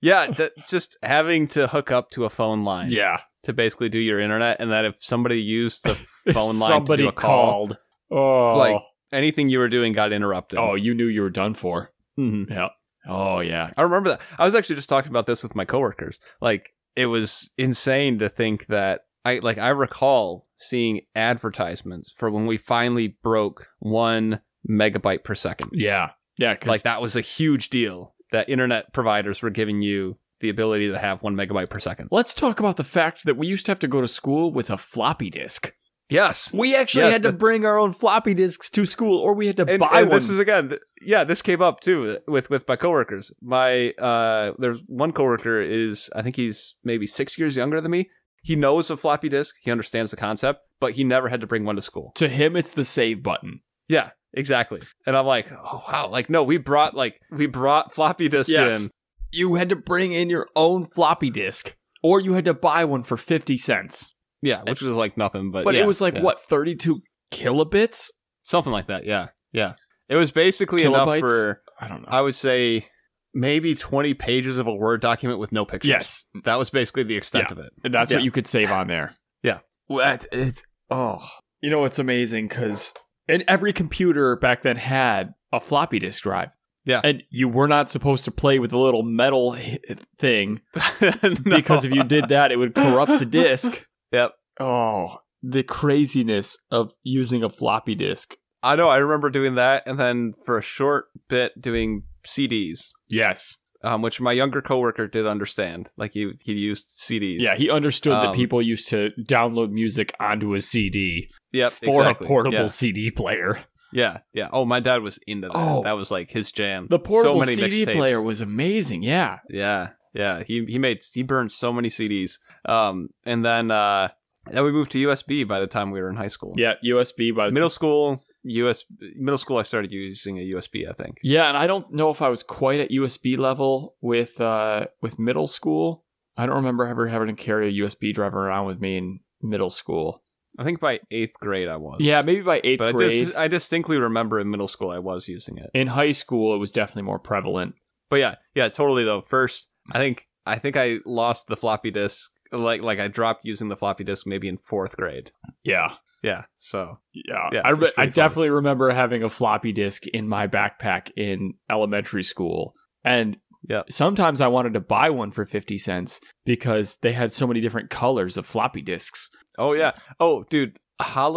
[SPEAKER 2] Yeah, th- just having to hook up to a phone line
[SPEAKER 1] Yeah,
[SPEAKER 2] to basically do your internet, and that if somebody used the phone line
[SPEAKER 1] Somebody
[SPEAKER 2] to do a call,
[SPEAKER 1] called. Oh,
[SPEAKER 2] Like- anything you were doing got interrupted.
[SPEAKER 1] oh, you knew you were done for.
[SPEAKER 2] Mhm.
[SPEAKER 1] Yeah. Oh yeah.
[SPEAKER 2] I remember that. I was actually just talking about this with my coworkers. Like it was insane to think that I like I recall seeing advertisements for when we finally broke 1 megabyte per second.
[SPEAKER 1] Yeah. Yeah, cuz
[SPEAKER 2] Like that was a huge deal that internet providers were giving you the ability to have 1 megabyte per second.
[SPEAKER 1] let's talk about the fact that we used to have to go to school with a floppy disk.
[SPEAKER 2] Yes.
[SPEAKER 1] We actually
[SPEAKER 2] Yes,
[SPEAKER 1] had to
[SPEAKER 2] the-
[SPEAKER 1] bring our own floppy disks to school or we had to
[SPEAKER 2] and,
[SPEAKER 1] buy
[SPEAKER 2] and
[SPEAKER 1] one.
[SPEAKER 2] this is again th- yeah this came up too with with my coworkers my uh there's one coworker is i think he's maybe six years younger than me he knows of floppy disk he understands the concept but he never had to bring one to school
[SPEAKER 1] to him it's the save button.
[SPEAKER 2] yeah exactly and i'm like oh wow like no we brought like we brought floppy disk in
[SPEAKER 1] You had to bring in your own floppy disk or you had to buy one for 50 cents.
[SPEAKER 2] yeah which was like nothing but
[SPEAKER 1] But
[SPEAKER 2] yeah,
[SPEAKER 1] it was like
[SPEAKER 2] yeah.
[SPEAKER 1] what 32 kilobits?
[SPEAKER 2] something like that yeah yeah it was basically
[SPEAKER 1] Kilobytes?
[SPEAKER 2] enough for
[SPEAKER 1] I don't know.
[SPEAKER 2] i would say maybe 20 pages of a word document with no pictures
[SPEAKER 1] yes.
[SPEAKER 2] that was basically the extent
[SPEAKER 1] Yeah.
[SPEAKER 2] of it
[SPEAKER 1] And that's
[SPEAKER 2] Yeah.
[SPEAKER 1] what you could save on there.
[SPEAKER 2] Yeah.
[SPEAKER 1] What it's oh, you know it's amazing because and every computer back then had a floppy disk drive.
[SPEAKER 2] Yeah.
[SPEAKER 1] and you were not supposed to play with the little metal hi- thing because if you did that, it would corrupt the disk.
[SPEAKER 2] Yep.
[SPEAKER 1] Oh, the craziness of using a floppy disk.
[SPEAKER 2] I know. I remember doing that, and then for a short bit doing CDs,
[SPEAKER 1] Yes.
[SPEAKER 2] um, which my younger coworker did understand. Like he he used CDs.
[SPEAKER 1] Yeah, he understood that
[SPEAKER 2] Um,
[SPEAKER 1] people used to download music onto a CD
[SPEAKER 2] Yep.
[SPEAKER 1] for
[SPEAKER 2] exactly.
[SPEAKER 1] a portable
[SPEAKER 2] Yeah.
[SPEAKER 1] CD player.
[SPEAKER 2] Yeah. Yeah. Oh, my dad was into that.
[SPEAKER 1] Oh.
[SPEAKER 2] That was like his jam.
[SPEAKER 1] The portable
[SPEAKER 2] so many
[SPEAKER 1] CD
[SPEAKER 2] mixtapes.
[SPEAKER 1] player was amazing. Yeah.
[SPEAKER 2] Yeah, yeah. He he made he burned so many CDs. Um, and then uh, then we moved to USB by the time we were in high school.
[SPEAKER 1] Yeah, USB by
[SPEAKER 2] Middle school, US middle school. I started using a USB. I think.
[SPEAKER 1] Yeah, and I don't know if I was quite at USB level with uh with middle school. I don't remember ever having to carry a USB drive around with me in middle school.
[SPEAKER 2] I think by eighth grade I was.
[SPEAKER 1] Yeah, maybe by eighth
[SPEAKER 2] But I,
[SPEAKER 1] grade.
[SPEAKER 2] dis- I distinctly remember in middle school I was using it.
[SPEAKER 1] in high school, it was definitely more prevalent.
[SPEAKER 2] But yeah, yeah, totally though. First, I think I think I lost the floppy disk. Like like I dropped using the floppy disk maybe in fourth grade.
[SPEAKER 1] Yeah,
[SPEAKER 2] Yeah. So
[SPEAKER 1] yeah.
[SPEAKER 2] Yeah,
[SPEAKER 1] I, re-
[SPEAKER 2] it's
[SPEAKER 1] I
[SPEAKER 2] pretty fun.
[SPEAKER 1] definitely remember having a floppy disk in my backpack in elementary school, and
[SPEAKER 2] Yeah.
[SPEAKER 1] sometimes I wanted to buy one for fifty cents because they had so many different colors of floppy disks.
[SPEAKER 2] oh yeah. Oh dude,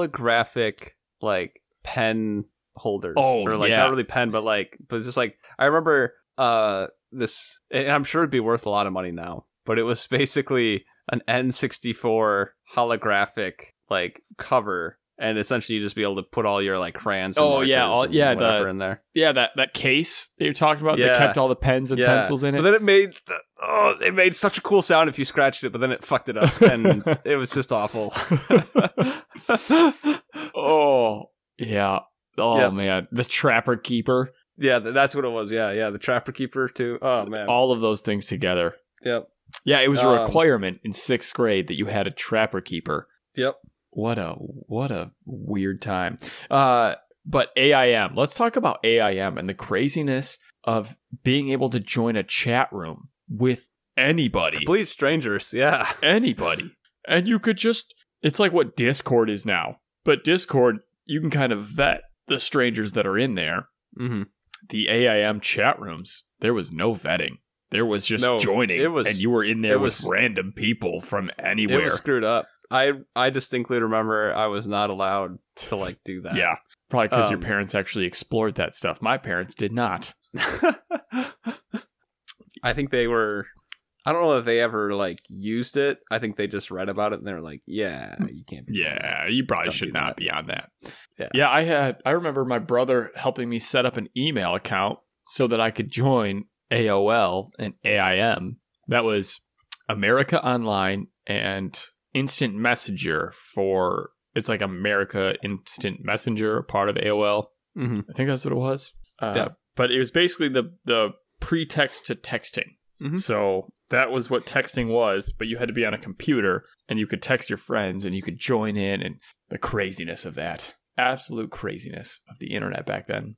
[SPEAKER 2] holographic like pen holders.
[SPEAKER 1] Oh,
[SPEAKER 2] or like
[SPEAKER 1] yeah.
[SPEAKER 2] not really pen, but like but it's just like I remember uh this and I'm sure it'd be worth a lot of money now, but it was basically an N sixty four holographic like cover and essentially you just be able to put all your like crayons and
[SPEAKER 1] Oh, yeah,
[SPEAKER 2] markers
[SPEAKER 1] all-
[SPEAKER 2] and
[SPEAKER 1] yeah, the-
[SPEAKER 2] whatever in there.
[SPEAKER 1] Yeah, that that case that you're talking about that
[SPEAKER 2] Yeah.
[SPEAKER 1] kept all the pens and
[SPEAKER 2] Yeah.
[SPEAKER 1] pencils in it.
[SPEAKER 2] But then it made oh, it made such a cool sound if you scratched it, but then it fucked it up, and it was just awful.
[SPEAKER 1] oh yeah. Oh
[SPEAKER 2] Yeah.
[SPEAKER 1] man, the Trapper Keeper,
[SPEAKER 2] yeah, th- that's what it was. Yeah, yeah, the Trapper Keeper too. Oh man.
[SPEAKER 1] all of those things together.
[SPEAKER 2] Yep.
[SPEAKER 1] Yeah, it was a
[SPEAKER 2] Um,
[SPEAKER 1] requirement in sixth grade that you had a Trapper Keeper.
[SPEAKER 2] Yep.
[SPEAKER 1] What a what a weird time. Uh, but AIM. Let's talk about AIM and the craziness of being able to join a chat room with anybody.
[SPEAKER 2] Complete strangers. Yeah.
[SPEAKER 1] anybody. And you could just, it's like what Discord is now. But Discord, you can kind of vet the strangers that are in there.
[SPEAKER 2] Mm-hmm.
[SPEAKER 1] The AIM chat rooms, there was no vetting. There was just
[SPEAKER 2] No,
[SPEAKER 1] joining.
[SPEAKER 2] it was-
[SPEAKER 1] and you were in there
[SPEAKER 2] it
[SPEAKER 1] with
[SPEAKER 2] was-
[SPEAKER 1] random people from
[SPEAKER 2] It
[SPEAKER 1] anywhere.
[SPEAKER 2] was screwed up. I I distinctly remember I was not allowed to like do that.
[SPEAKER 1] yeah. Probably because your
[SPEAKER 2] Um,
[SPEAKER 1] parents actually explored that stuff. My parents did not.
[SPEAKER 2] I think they were. I don't know that they ever like used it. I think they just read about it and they were like, "Yeah, you can't." do that.
[SPEAKER 1] Yeah, you probably
[SPEAKER 2] Don't
[SPEAKER 1] should
[SPEAKER 2] do
[SPEAKER 1] not
[SPEAKER 2] that.
[SPEAKER 1] be on that.
[SPEAKER 2] Yeah.
[SPEAKER 1] yeah, I had I remember my brother helping me set up an email account so that I could join AOL and AIM. That was America Online and Instant Messenger for it's like America Instant Messenger, a part of AOL.
[SPEAKER 2] Mm-hmm.
[SPEAKER 1] I think that's what it was. Uh,
[SPEAKER 2] Yeah.
[SPEAKER 1] But it was basically the the pretext to texting.
[SPEAKER 2] Mhm.
[SPEAKER 1] So that was what texting was, but you had to be on a computer and you could text your friends and you could join in and the craziness of that. Absolute craziness of the internet back then.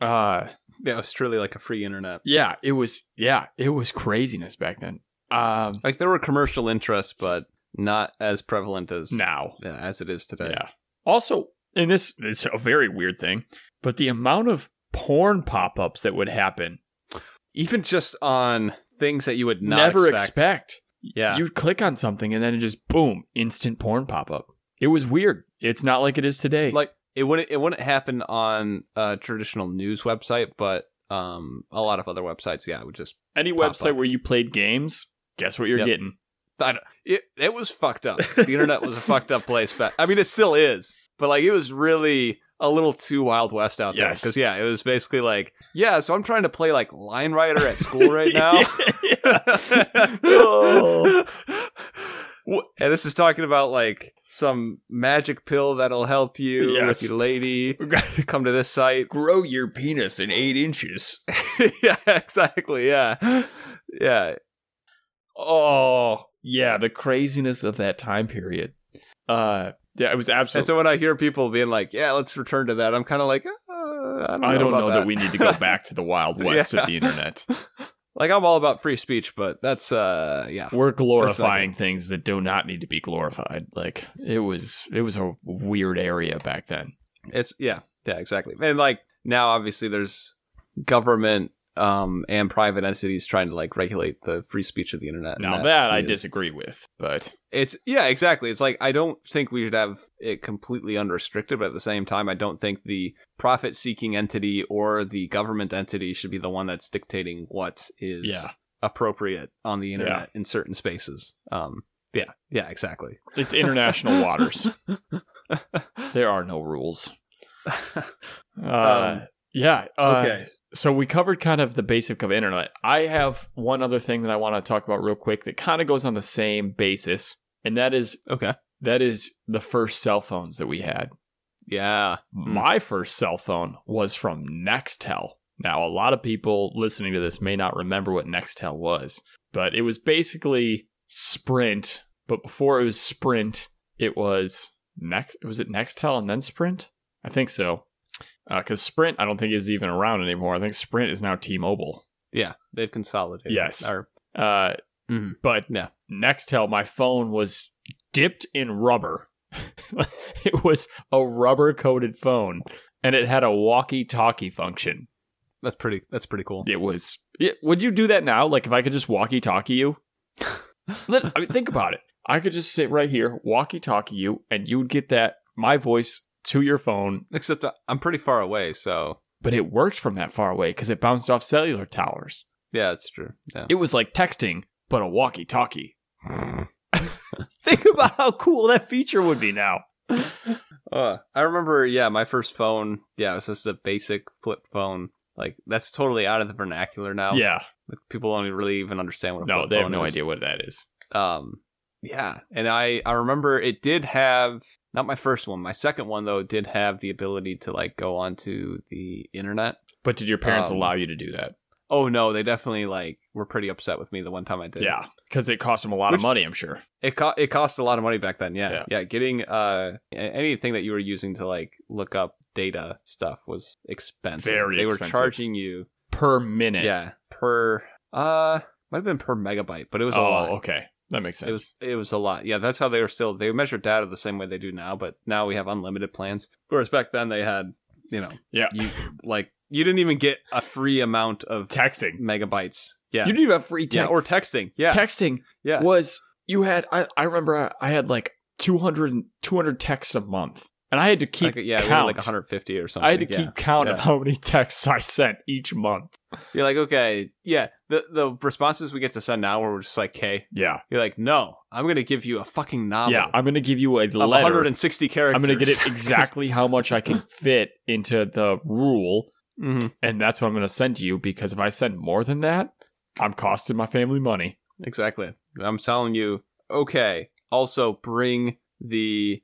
[SPEAKER 1] Uh
[SPEAKER 2] Yeah, it was truly like a free internet.
[SPEAKER 1] yeah, it was yeah, it was craziness back then. Um
[SPEAKER 2] Like there were commercial interests, but not as prevalent as
[SPEAKER 1] now.
[SPEAKER 2] yeah, as it is today.
[SPEAKER 1] Yeah. Also, and this is a very weird thing, but the amount of porn pop ups that would happen
[SPEAKER 2] even just on things that you would not
[SPEAKER 1] Never
[SPEAKER 2] Yeah,
[SPEAKER 1] You'd click on something and then it just boom, instant porn pop up. It was weird. It's not like it is today.
[SPEAKER 2] like it wouldn't it wouldn't happen on a traditional news website, but um, a lot of other websites, yeah, it would just
[SPEAKER 1] any
[SPEAKER 2] pop
[SPEAKER 1] website
[SPEAKER 2] up.
[SPEAKER 1] where you played games, guess what you're
[SPEAKER 2] Yep.
[SPEAKER 1] getting?
[SPEAKER 2] I don't, it it was fucked up. The internet was a fucked up place. Back, I mean, it still is, but like it was really a little too wild west out
[SPEAKER 1] Yes.
[SPEAKER 2] there. Because yeah, it was basically like yeah. So I'm trying to play like Line Rider at school right now.
[SPEAKER 1] Oh.
[SPEAKER 2] Wh- and this is talking about like some magic pill that'll help you
[SPEAKER 1] Yes.
[SPEAKER 2] with your lady. Come to this site.
[SPEAKER 1] Grow your penis in eight inches.
[SPEAKER 2] yeah, exactly. Yeah, yeah.
[SPEAKER 1] Oh, yeah, the craziness of that time period. Uh, yeah, it was absolutely.
[SPEAKER 2] And so when I hear people being like, "Yeah, let's return to that," I'm kind of like, uh, I don't know,
[SPEAKER 1] I don't
[SPEAKER 2] about
[SPEAKER 1] know that. we need to go back to the wild west
[SPEAKER 2] Yeah.
[SPEAKER 1] of the internet.
[SPEAKER 2] like I'm all about free speech, but that's uh yeah.
[SPEAKER 1] We're glorifying things that do not need to be glorified. Like it was, it was a weird area back then.
[SPEAKER 2] It's yeah, yeah, exactly. And like now obviously there's government um and private entities trying to like regulate the free speech of the internet.
[SPEAKER 1] Now
[SPEAKER 2] and
[SPEAKER 1] that
[SPEAKER 2] to
[SPEAKER 1] I
[SPEAKER 2] me is-
[SPEAKER 1] disagree with, but
[SPEAKER 2] It's yeah, exactly. It's like I don't think we should have it completely unrestricted, but at the same time I don't think the profit seeking entity or the government entity should be the one that's dictating what is
[SPEAKER 1] yeah,
[SPEAKER 2] appropriate on the
[SPEAKER 1] Yeah.
[SPEAKER 2] internet in certain spaces. Um yeah, yeah, exactly.
[SPEAKER 1] it's international waters. There are no rules. Uh,
[SPEAKER 2] Um,
[SPEAKER 1] yeah. Uh,
[SPEAKER 2] okay.
[SPEAKER 1] So we covered kind of the basic of internet. I have one other thing that I want to talk about real quick that kind of goes on the same basis, and that is
[SPEAKER 2] Okay.
[SPEAKER 1] that is the first cell phones that we had.
[SPEAKER 2] Yeah.
[SPEAKER 1] My first cell phone was from Nextel. Now, a lot of people listening to this may not remember what Nextel was, but it was basically Sprint. But before it was Sprint, it was Next. Was it Nextel and then Sprint? I think so. Because Sprint, I don't think is even around anymore. I think Sprint is now T-Mobile.
[SPEAKER 2] Yeah, they've consolidated.
[SPEAKER 1] Yes.
[SPEAKER 2] Or,
[SPEAKER 1] Uh,
[SPEAKER 2] Mhm.
[SPEAKER 1] But
[SPEAKER 2] Yeah.
[SPEAKER 1] Nextel, my phone was dipped in rubber. it was a rubber coated phone, and it had a walkie-talkie function.
[SPEAKER 2] that's pretty. That's pretty cool.
[SPEAKER 1] It was. Yeah, would you do that now? Like if I could just walkie-talkie you? Let, I mean, think about it. I could just sit right here, walkie-talkie you, and you would get that my voice to your phone.
[SPEAKER 2] Except I- I'm pretty far away, so
[SPEAKER 1] But it worked from that far away because it bounced off cellular towers.
[SPEAKER 2] yeah, it's true. Yeah.
[SPEAKER 1] It was like texting, but a walkie talkie. Think about how cool that feature would be now.
[SPEAKER 2] Uh, I remember. Yeah, my first phone. Yeah, it was just a basic flip phone. Like that's totally out of the vernacular now.
[SPEAKER 1] Yeah.
[SPEAKER 2] Like, people don't really even understand what a
[SPEAKER 1] No,
[SPEAKER 2] flip
[SPEAKER 1] they have
[SPEAKER 2] phone
[SPEAKER 1] no
[SPEAKER 2] is.
[SPEAKER 1] idea what that is.
[SPEAKER 2] Um, yeah, and I I remember it did have not my first one. My second one though did have the ability to like go onto the internet.
[SPEAKER 1] But did your parents
[SPEAKER 2] Um,
[SPEAKER 1] allow you to do that?
[SPEAKER 2] Oh no, they definitely like were pretty upset with me the one time I did.
[SPEAKER 1] Yeah. Because it cost them a lot
[SPEAKER 2] Which-
[SPEAKER 1] of money, I'm sure.
[SPEAKER 2] It co- it cost a lot of money back then. Yeah.
[SPEAKER 1] Yeah.
[SPEAKER 2] yeah, Getting uh a- anything that you were using to like look up data stuff was expensive.
[SPEAKER 1] Very
[SPEAKER 2] They
[SPEAKER 1] expensive.
[SPEAKER 2] were charging you.
[SPEAKER 1] Per minute.
[SPEAKER 2] Yeah, per uh might have been per megabyte, but it was a
[SPEAKER 1] oh,
[SPEAKER 2] lot.
[SPEAKER 1] okay. That makes sense.
[SPEAKER 2] It was it was a lot. Yeah, that's how they were still. They measured data the same way they do now, but now we have unlimited plans. Whereas back then they had, you know,
[SPEAKER 1] yeah.
[SPEAKER 2] you like you didn't even get a free amount of
[SPEAKER 1] Texting.
[SPEAKER 2] megabytes. Yeah,
[SPEAKER 1] You didn't even have free text.
[SPEAKER 2] yeah, or texting. Yeah,
[SPEAKER 1] texting
[SPEAKER 2] yeah.
[SPEAKER 1] was you had I, I remember I, I had like 200, and- 200 texts a month. And I had to keep
[SPEAKER 2] Like, yeah, we had
[SPEAKER 1] count.
[SPEAKER 2] like 150 or something.
[SPEAKER 1] I had to
[SPEAKER 2] yeah.
[SPEAKER 1] keep count of
[SPEAKER 2] yeah.
[SPEAKER 1] how many texts I sent each month.
[SPEAKER 2] You're like, okay, yeah. The the responses we get to send now, where we're just like, hey,
[SPEAKER 1] Yeah.
[SPEAKER 2] you're like, no, I'm gonna give you a fucking novel.
[SPEAKER 1] Yeah. I'm going to give you a
[SPEAKER 2] Um, of
[SPEAKER 1] letter.
[SPEAKER 2] 160 characters.
[SPEAKER 1] I'm going to get it exactly how much I can fit into the rule.
[SPEAKER 2] Mhm,
[SPEAKER 1] And that's what I'm going to send to you because if I send more than that, I'm costing my family money.
[SPEAKER 2] Exactly. I'm telling you. Okay. Also, bring the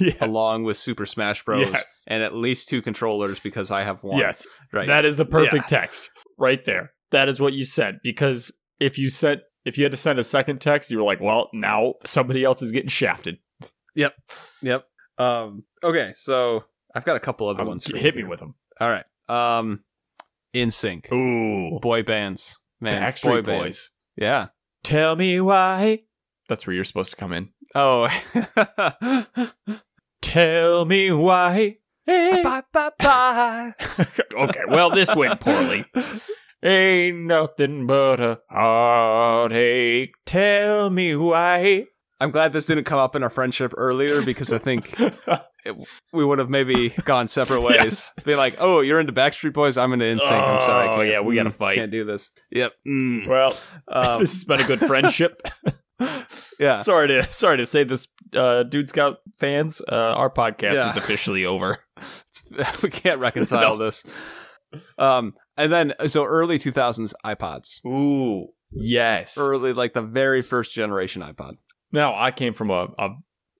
[SPEAKER 1] yes.
[SPEAKER 2] along with Super Smash Bros.
[SPEAKER 1] Yes.
[SPEAKER 2] and at least two controllers because I have one.
[SPEAKER 1] Yes.
[SPEAKER 2] Right.
[SPEAKER 1] That is the perfect text right there. That is what you sent because if you sent, if you had to send a second text, you were like, well, now somebody else is getting shafted.
[SPEAKER 2] yep. Um. Okay. So I've got a couple other
[SPEAKER 1] Um,
[SPEAKER 2] ones. for
[SPEAKER 1] hit
[SPEAKER 2] you
[SPEAKER 1] me
[SPEAKER 2] here.
[SPEAKER 1] with them.
[SPEAKER 2] All right. Um. In sync.
[SPEAKER 1] Ooh.
[SPEAKER 2] Boy bands. Man. boy
[SPEAKER 1] Backstreet
[SPEAKER 2] bands.
[SPEAKER 1] Boys.
[SPEAKER 2] Yeah.
[SPEAKER 1] Tell me why. That's where you're supposed to come in.
[SPEAKER 2] Oh.
[SPEAKER 1] Tell me why. Hey.
[SPEAKER 2] bye, bye, bye.
[SPEAKER 1] okay, well, this went poorly. Ain't nothing but a heartache. Tell me why.
[SPEAKER 2] I'm glad this didn't come up in our friendship earlier because I think we would have maybe gone separate ways.
[SPEAKER 1] Yes.
[SPEAKER 2] Be like, oh, you're into Backstreet Boys. I'm into NSYNC. I'm sorry. I
[SPEAKER 1] Oh,
[SPEAKER 2] can't-
[SPEAKER 1] yeah, we gotta
[SPEAKER 2] mm,
[SPEAKER 1] fight.
[SPEAKER 2] Can't do this. Yep. Mm.
[SPEAKER 1] well,
[SPEAKER 2] Um,
[SPEAKER 1] this has been a good friendship.
[SPEAKER 2] yeah.
[SPEAKER 1] sorry to sorry to say this, uh, Dude Scout fans. Uh, our podcast
[SPEAKER 2] Yeah.
[SPEAKER 1] is officially over.
[SPEAKER 2] It's- we can't reconcile this. Um, and then so early 2000s iPods,
[SPEAKER 1] Ooh, yes.
[SPEAKER 2] early like the very first generation iPod.
[SPEAKER 1] Now, I came from a, a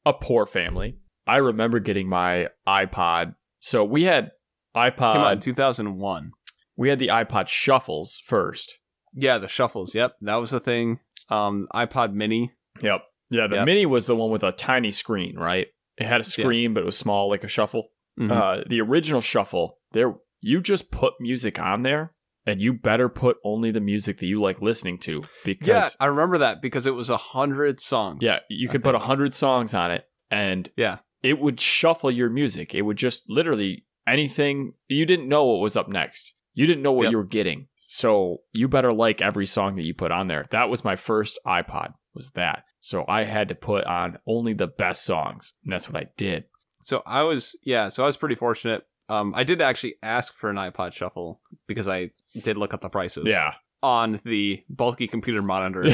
[SPEAKER 1] a poor family. I remember getting my iPod. So we had
[SPEAKER 2] Came out in
[SPEAKER 1] iPod.
[SPEAKER 2] 2001.
[SPEAKER 1] We had the iPod shuffles first.
[SPEAKER 2] Yeah, the shuffles. Yep, that was the thing. Um, iPod Mini.
[SPEAKER 1] Yep. Yeah, the
[SPEAKER 2] Yep.
[SPEAKER 1] mini was the one with a tiny screen, right? It had a screen, but it was small, like a shuffle.
[SPEAKER 2] Uh,
[SPEAKER 1] Uh, the original shuffle, there you just put music on there, and you better put only the music that you like listening to because
[SPEAKER 2] yeah, I remember that because it was a hundred songs.
[SPEAKER 1] Yeah, you could put a hundred songs on it, and
[SPEAKER 2] Yeah.
[SPEAKER 1] it would shuffle your music. It would just literally anything you didn't know what was up next. You didn't know what
[SPEAKER 2] Yep.
[SPEAKER 1] you were getting, so you better like every song that you put on there. That was my first iPod. Was that so? I had to put on only the best songs, and that's what I did.
[SPEAKER 2] So I was yeah, so I was pretty fortunate. Um, I did actually ask for an iPod Shuffle because I did look up the prices. on the bulky computer monitor,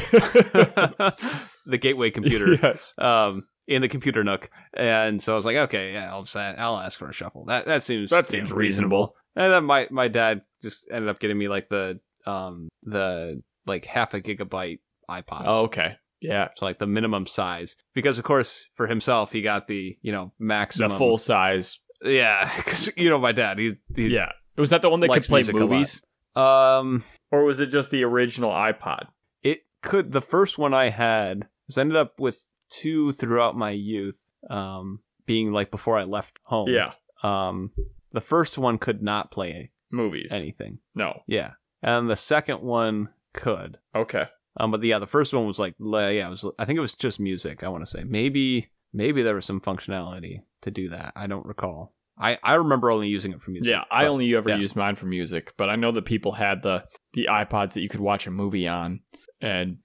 [SPEAKER 2] the gateway computer.
[SPEAKER 1] yes.
[SPEAKER 2] um, in the computer nook, and so I was like, okay, yeah, I'll just, I'll ask for a shuffle. That that seems
[SPEAKER 1] That seems
[SPEAKER 2] yeah,
[SPEAKER 1] reasonable.
[SPEAKER 2] And then my my dad just ended up getting me like the um the like half a gigabyte iPod.
[SPEAKER 1] Oh, okay. Yeah.
[SPEAKER 2] So like the minimum size, because of course for himself he got the you know
[SPEAKER 1] The
[SPEAKER 2] maximum
[SPEAKER 1] full size.
[SPEAKER 2] yeah because you know my dad he, he
[SPEAKER 1] Yeah. Was that the one that
[SPEAKER 2] Likes
[SPEAKER 1] could play
[SPEAKER 2] music a lot.
[SPEAKER 1] movies,
[SPEAKER 2] um
[SPEAKER 1] or was it just the original iPod?
[SPEAKER 2] it could the first one I had was ended up with two throughout my youth um being like before I left home
[SPEAKER 1] Yeah,
[SPEAKER 2] um the first one could not play
[SPEAKER 1] movies.
[SPEAKER 2] anything
[SPEAKER 1] No.
[SPEAKER 2] yeah and the second one could
[SPEAKER 1] Okay.
[SPEAKER 2] um but yeah the first one was like le- yeah it was i think it was just music i want to say maybe maybe there was some functionality to do that i don't recall i i remember only using it for music
[SPEAKER 1] Yeah, I
[SPEAKER 2] but-
[SPEAKER 1] only ever
[SPEAKER 2] yeah.
[SPEAKER 1] used mine for music, but I know that people had the the iPods that you could watch a movie on, and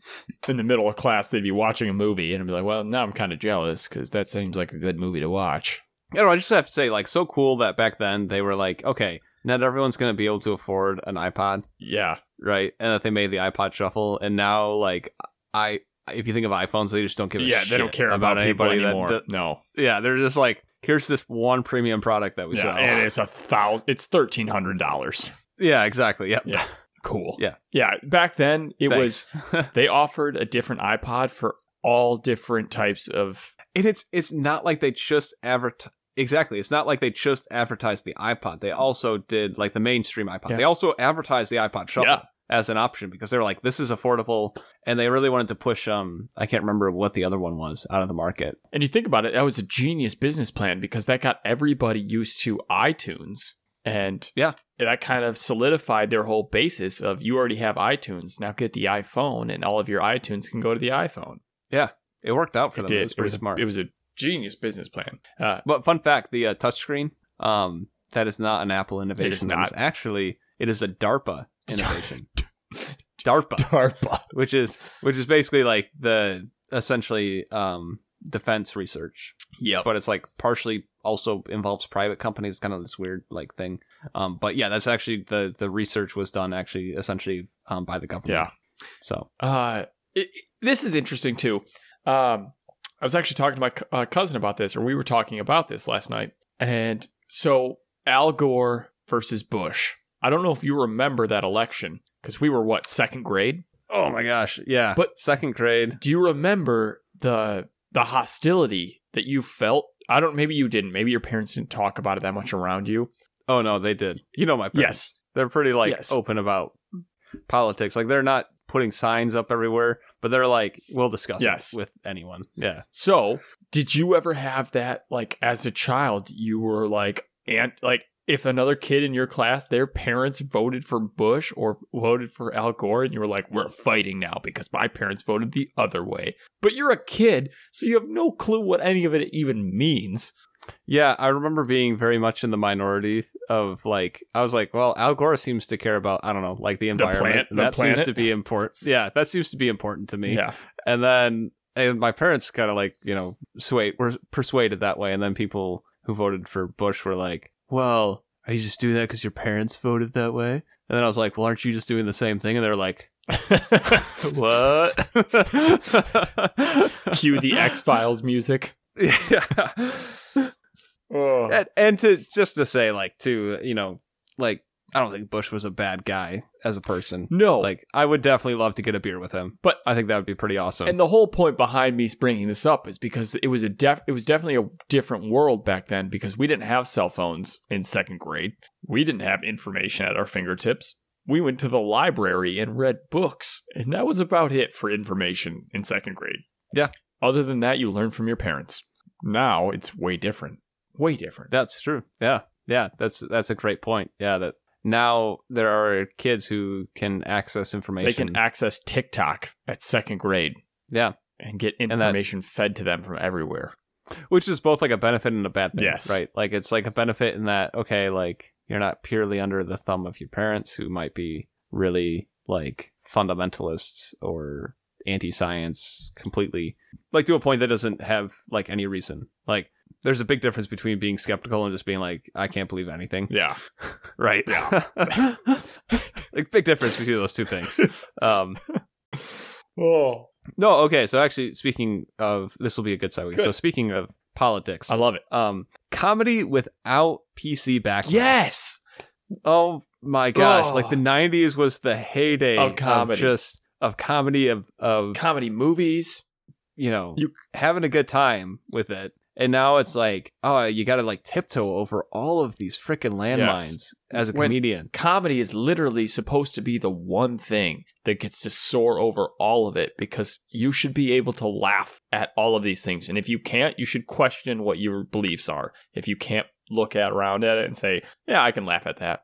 [SPEAKER 1] in the middle of class they'd be watching a movie and I'd be like, "Well, now I'm kind of jealous because that seems like a good movie to watch."
[SPEAKER 2] I, don't know, I just have to say like so cool that back then they were like okay not everyone's gonna be able to afford an ipod
[SPEAKER 1] Yeah,
[SPEAKER 2] right and that they made the ipod shuffle and now like i if you think of iPhones, they just don't give a
[SPEAKER 1] yeah, they don't
[SPEAKER 2] shit
[SPEAKER 1] care about, people
[SPEAKER 2] anybody that
[SPEAKER 1] anymore.
[SPEAKER 2] do-
[SPEAKER 1] no,
[SPEAKER 2] yeah, they're just like, here's this one premium product that we
[SPEAKER 1] yeah,
[SPEAKER 2] sell.
[SPEAKER 1] and it's a thousand, it's thirteen hundred dollars.
[SPEAKER 2] yeah, exactly. Yep.
[SPEAKER 1] Yeah. Cool.
[SPEAKER 2] Yeah.
[SPEAKER 1] yeah. Back then, it was
[SPEAKER 2] was,
[SPEAKER 1] they offered a different iPod for all different types of
[SPEAKER 2] and it's it's not like they just advertise. Exactly, it's not like they just advertised the iPod. They also did like the mainstream iPod.
[SPEAKER 1] Yeah.
[SPEAKER 2] They also advertised the iPod Shuffle
[SPEAKER 1] Yeah.
[SPEAKER 2] as an option because they're like, this is affordable, and they really wanted to push. Um, I can't remember what the other one was out of the market.
[SPEAKER 1] And you think about it, that was a genius business plan because that got everybody used to iTunes. And
[SPEAKER 2] Yeah.
[SPEAKER 1] that kind of solidified their whole basis of you already have iTunes, now get the iPhone, and all of your iTunes can go to the iPhone.
[SPEAKER 2] It worked out for
[SPEAKER 1] it
[SPEAKER 2] them.
[SPEAKER 1] did.
[SPEAKER 2] It was pretty
[SPEAKER 1] a-
[SPEAKER 2] smart.
[SPEAKER 1] it was a genius business plan. Uh,
[SPEAKER 2] But fun fact: the uh, touchscreen, um, that is not an Apple innovation. That
[SPEAKER 1] not.
[SPEAKER 2] is actually, it is a DARPA innovation. DARPA,
[SPEAKER 1] DARPA.
[SPEAKER 2] which is which is basically like the essentially um, defense research,
[SPEAKER 1] Yep.
[SPEAKER 2] but it's like partially also involves private companies. Kind of this weird like thing. Um, but yeah, that's actually the the research was done actually essentially um, by the government.
[SPEAKER 1] Yeah.
[SPEAKER 2] So
[SPEAKER 1] Uh, it, it- this is interesting too. Um, I was actually talking to my c- uh, cousin about this, or we were talking about this last night. And so Al Gore versus Bush. I don't know if you remember that election because we were what second grade.
[SPEAKER 2] oh my gosh, yeah.
[SPEAKER 1] But-
[SPEAKER 2] But second grade,
[SPEAKER 1] Do you remember the the hostility that you felt? I don't. Maybe you didn't. Maybe your parents didn't talk about it that much around you.
[SPEAKER 2] oh no, they did. You know my
[SPEAKER 1] Yes.
[SPEAKER 2] parents. they're pretty like
[SPEAKER 1] Yes.
[SPEAKER 2] open about politics like they're not putting signs up everywhere but they're like we'll discuss
[SPEAKER 1] Yes.
[SPEAKER 2] it with anyone yeah
[SPEAKER 1] So, did you ever have that like as a child you were like and like if another kid in your class their parents voted for Bush or voted for Al Gore and you were like we're fighting now because my parents voted the other way. But you're a kid, so you have no clue what any of it even means.
[SPEAKER 2] Yeah, I remember being very much in the minority of like I was like, well, Al Gore seems to care about I don't know, like the environment.
[SPEAKER 1] plant- the
[SPEAKER 2] that
[SPEAKER 1] planet.
[SPEAKER 2] seems to be important. Yeah, that seems to be important to me.
[SPEAKER 1] Yeah.
[SPEAKER 2] And then and my parents kind of like you know swayed were persuaded that way, and then people who voted for Bush were like, well, are you just doing that because your parents voted that way? And then I was like, well, aren't you just doing the same thing? And they're like, what?
[SPEAKER 1] Cue the X Files music.
[SPEAKER 2] yeah.
[SPEAKER 1] Oh.
[SPEAKER 2] and, and to just to say like to you know like i don't think bush was a bad guy as a person
[SPEAKER 1] No,
[SPEAKER 2] like i would definitely love to get a beer with him
[SPEAKER 1] But-
[SPEAKER 2] i think that would be pretty awesome
[SPEAKER 1] And the whole point behind me bringing this up is because it was a def- it was definitely a different world back then because we didn't have cell phones in second grade. We didn't have information at our fingertips. We went to the library and read books, and that was about it for information in second grade.
[SPEAKER 2] Yeah.
[SPEAKER 1] Other than that, you learn from your parents. Now it's way different. Way different.
[SPEAKER 2] that's true yeah yeah that's that's a great point yeah that now there are kids who can access information
[SPEAKER 1] They can access TikTok at second grade
[SPEAKER 2] yeah
[SPEAKER 1] and get
[SPEAKER 2] that-
[SPEAKER 1] information fed to them from everywhere.
[SPEAKER 2] which is both like a benefit and a bad thing
[SPEAKER 1] Yes.
[SPEAKER 2] right like it's like a benefit in that okay like you're not purely under the thumb of your parents who might be really like fundamentalists or anti-science completely like to a point that doesn't have like any reason like there's a big difference between being skeptical and just being like i can't believe anything
[SPEAKER 1] Yeah.
[SPEAKER 2] right yeah like big difference between those two things um
[SPEAKER 3] Oh,
[SPEAKER 2] no okay so actually speaking of this will be a good segue so
[SPEAKER 3] Good.
[SPEAKER 2] speaking of politics
[SPEAKER 1] I love it.
[SPEAKER 2] um comedy without PC background.
[SPEAKER 1] Yes.
[SPEAKER 2] Oh my gosh!
[SPEAKER 3] Oh.
[SPEAKER 2] Like the '90s was the heyday
[SPEAKER 1] Of comedy.
[SPEAKER 2] just of comedy of of
[SPEAKER 1] comedy movies.
[SPEAKER 2] you know
[SPEAKER 1] You-
[SPEAKER 2] having a good time with it. And now it's like, oh, you got to like tiptoe over all of these freaking landmines as a
[SPEAKER 1] When-
[SPEAKER 2] comedian.
[SPEAKER 1] Comedy is literally supposed to be the one thing that gets to soar over all of it because you should be able to laugh at all of these things. And if you can't, you should question what your beliefs are. If you can't look at around at it and say, "Yeah, I can laugh at that."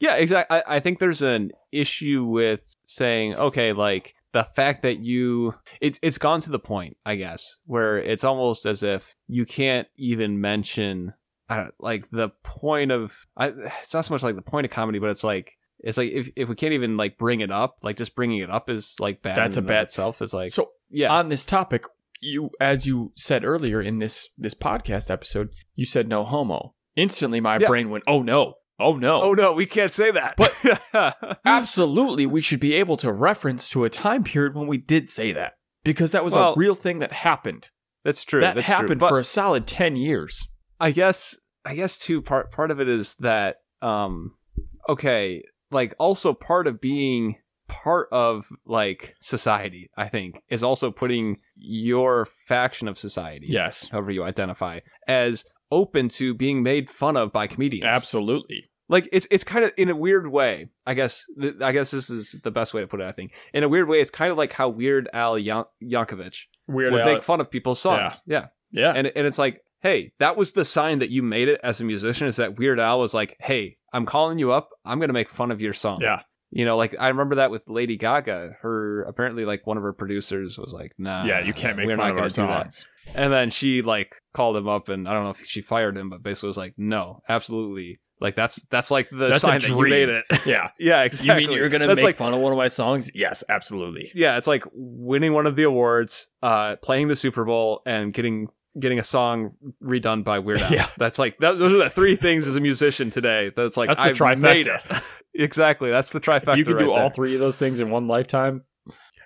[SPEAKER 2] Yeah, exactly. I, I think there's an issue with saying, okay, like the fact that you it's it's gone to the point, I guess, where it's almost as if you can't even mention I don't, like the point of I, it's not so much like the point of comedy, but it's like it's like if, if we can't even like bring it up, like just bringing it up is like bad.
[SPEAKER 1] That's
[SPEAKER 2] in
[SPEAKER 1] a
[SPEAKER 2] and of
[SPEAKER 1] bad-
[SPEAKER 2] itself. Is like
[SPEAKER 1] so
[SPEAKER 2] yeah,
[SPEAKER 1] on this topic, you as you said earlier in this this podcast episode, you said no homo. Instantly my
[SPEAKER 2] Yeah.
[SPEAKER 1] brain went, "Oh no. Oh no.
[SPEAKER 2] oh no, we can't say that.
[SPEAKER 1] But-
[SPEAKER 2] But
[SPEAKER 1] Hmm. absolutely we should be able to reference to a time period when we did say that because that was
[SPEAKER 2] Well-
[SPEAKER 1] a real thing that happened
[SPEAKER 2] that's true.
[SPEAKER 1] that
[SPEAKER 2] that's true.
[SPEAKER 1] happened
[SPEAKER 2] But-
[SPEAKER 1] for a solid 10 years
[SPEAKER 2] I guess I guess too part part of it is that um okay, like also part of being part of like society, I think, is also putting your faction of society,
[SPEAKER 1] yes
[SPEAKER 2] however you identify, as open to being made fun of by comedians.
[SPEAKER 1] absolutely
[SPEAKER 2] Like it's it's kind of in a weird way, I guess th- I guess this is the best way to put it, I think. In a weird way, it's kind of like how Weird Al Yan- Yankovic
[SPEAKER 1] weird
[SPEAKER 2] would
[SPEAKER 1] Al-
[SPEAKER 2] make fun of people's songs. yeah.
[SPEAKER 1] yeah
[SPEAKER 2] And and it's like, hey, that was the sign that you made it as a musician is that Weird Al was like, hey, I'm calling you up. I'm gonna make fun of your song.
[SPEAKER 1] Yeah.
[SPEAKER 2] You know, like I remember that with Lady Gaga. Her apparently like one of her producers was like, nah,
[SPEAKER 1] yeah you can't make
[SPEAKER 2] we're
[SPEAKER 1] fun
[SPEAKER 2] not
[SPEAKER 1] of
[SPEAKER 2] gonna
[SPEAKER 1] our
[SPEAKER 2] do that.
[SPEAKER 1] songs
[SPEAKER 2] And then she like called him up and I don't know if she fired him, but basically was like, no, absolutely. Like that's that's like the
[SPEAKER 1] That's a
[SPEAKER 2] sign that you
[SPEAKER 1] dream.
[SPEAKER 2] made it.
[SPEAKER 1] yeah
[SPEAKER 2] yeah, exactly.
[SPEAKER 1] you mean you're gonna
[SPEAKER 2] That's
[SPEAKER 1] make
[SPEAKER 2] like,
[SPEAKER 1] fun of one of my songs yes absolutely
[SPEAKER 2] yeah, it's like winning one of the awards, uh, playing the Super Bowl, and getting getting a song redone by Weird Al.
[SPEAKER 1] Yeah.
[SPEAKER 2] that's like that, those are the three things as a musician today. That's like
[SPEAKER 1] That's the
[SPEAKER 2] I've
[SPEAKER 1] trifecta.
[SPEAKER 2] made it. exactly, that's the trifecta.
[SPEAKER 1] if you can
[SPEAKER 2] right
[SPEAKER 1] do all
[SPEAKER 2] there.
[SPEAKER 1] three of those things in one lifetime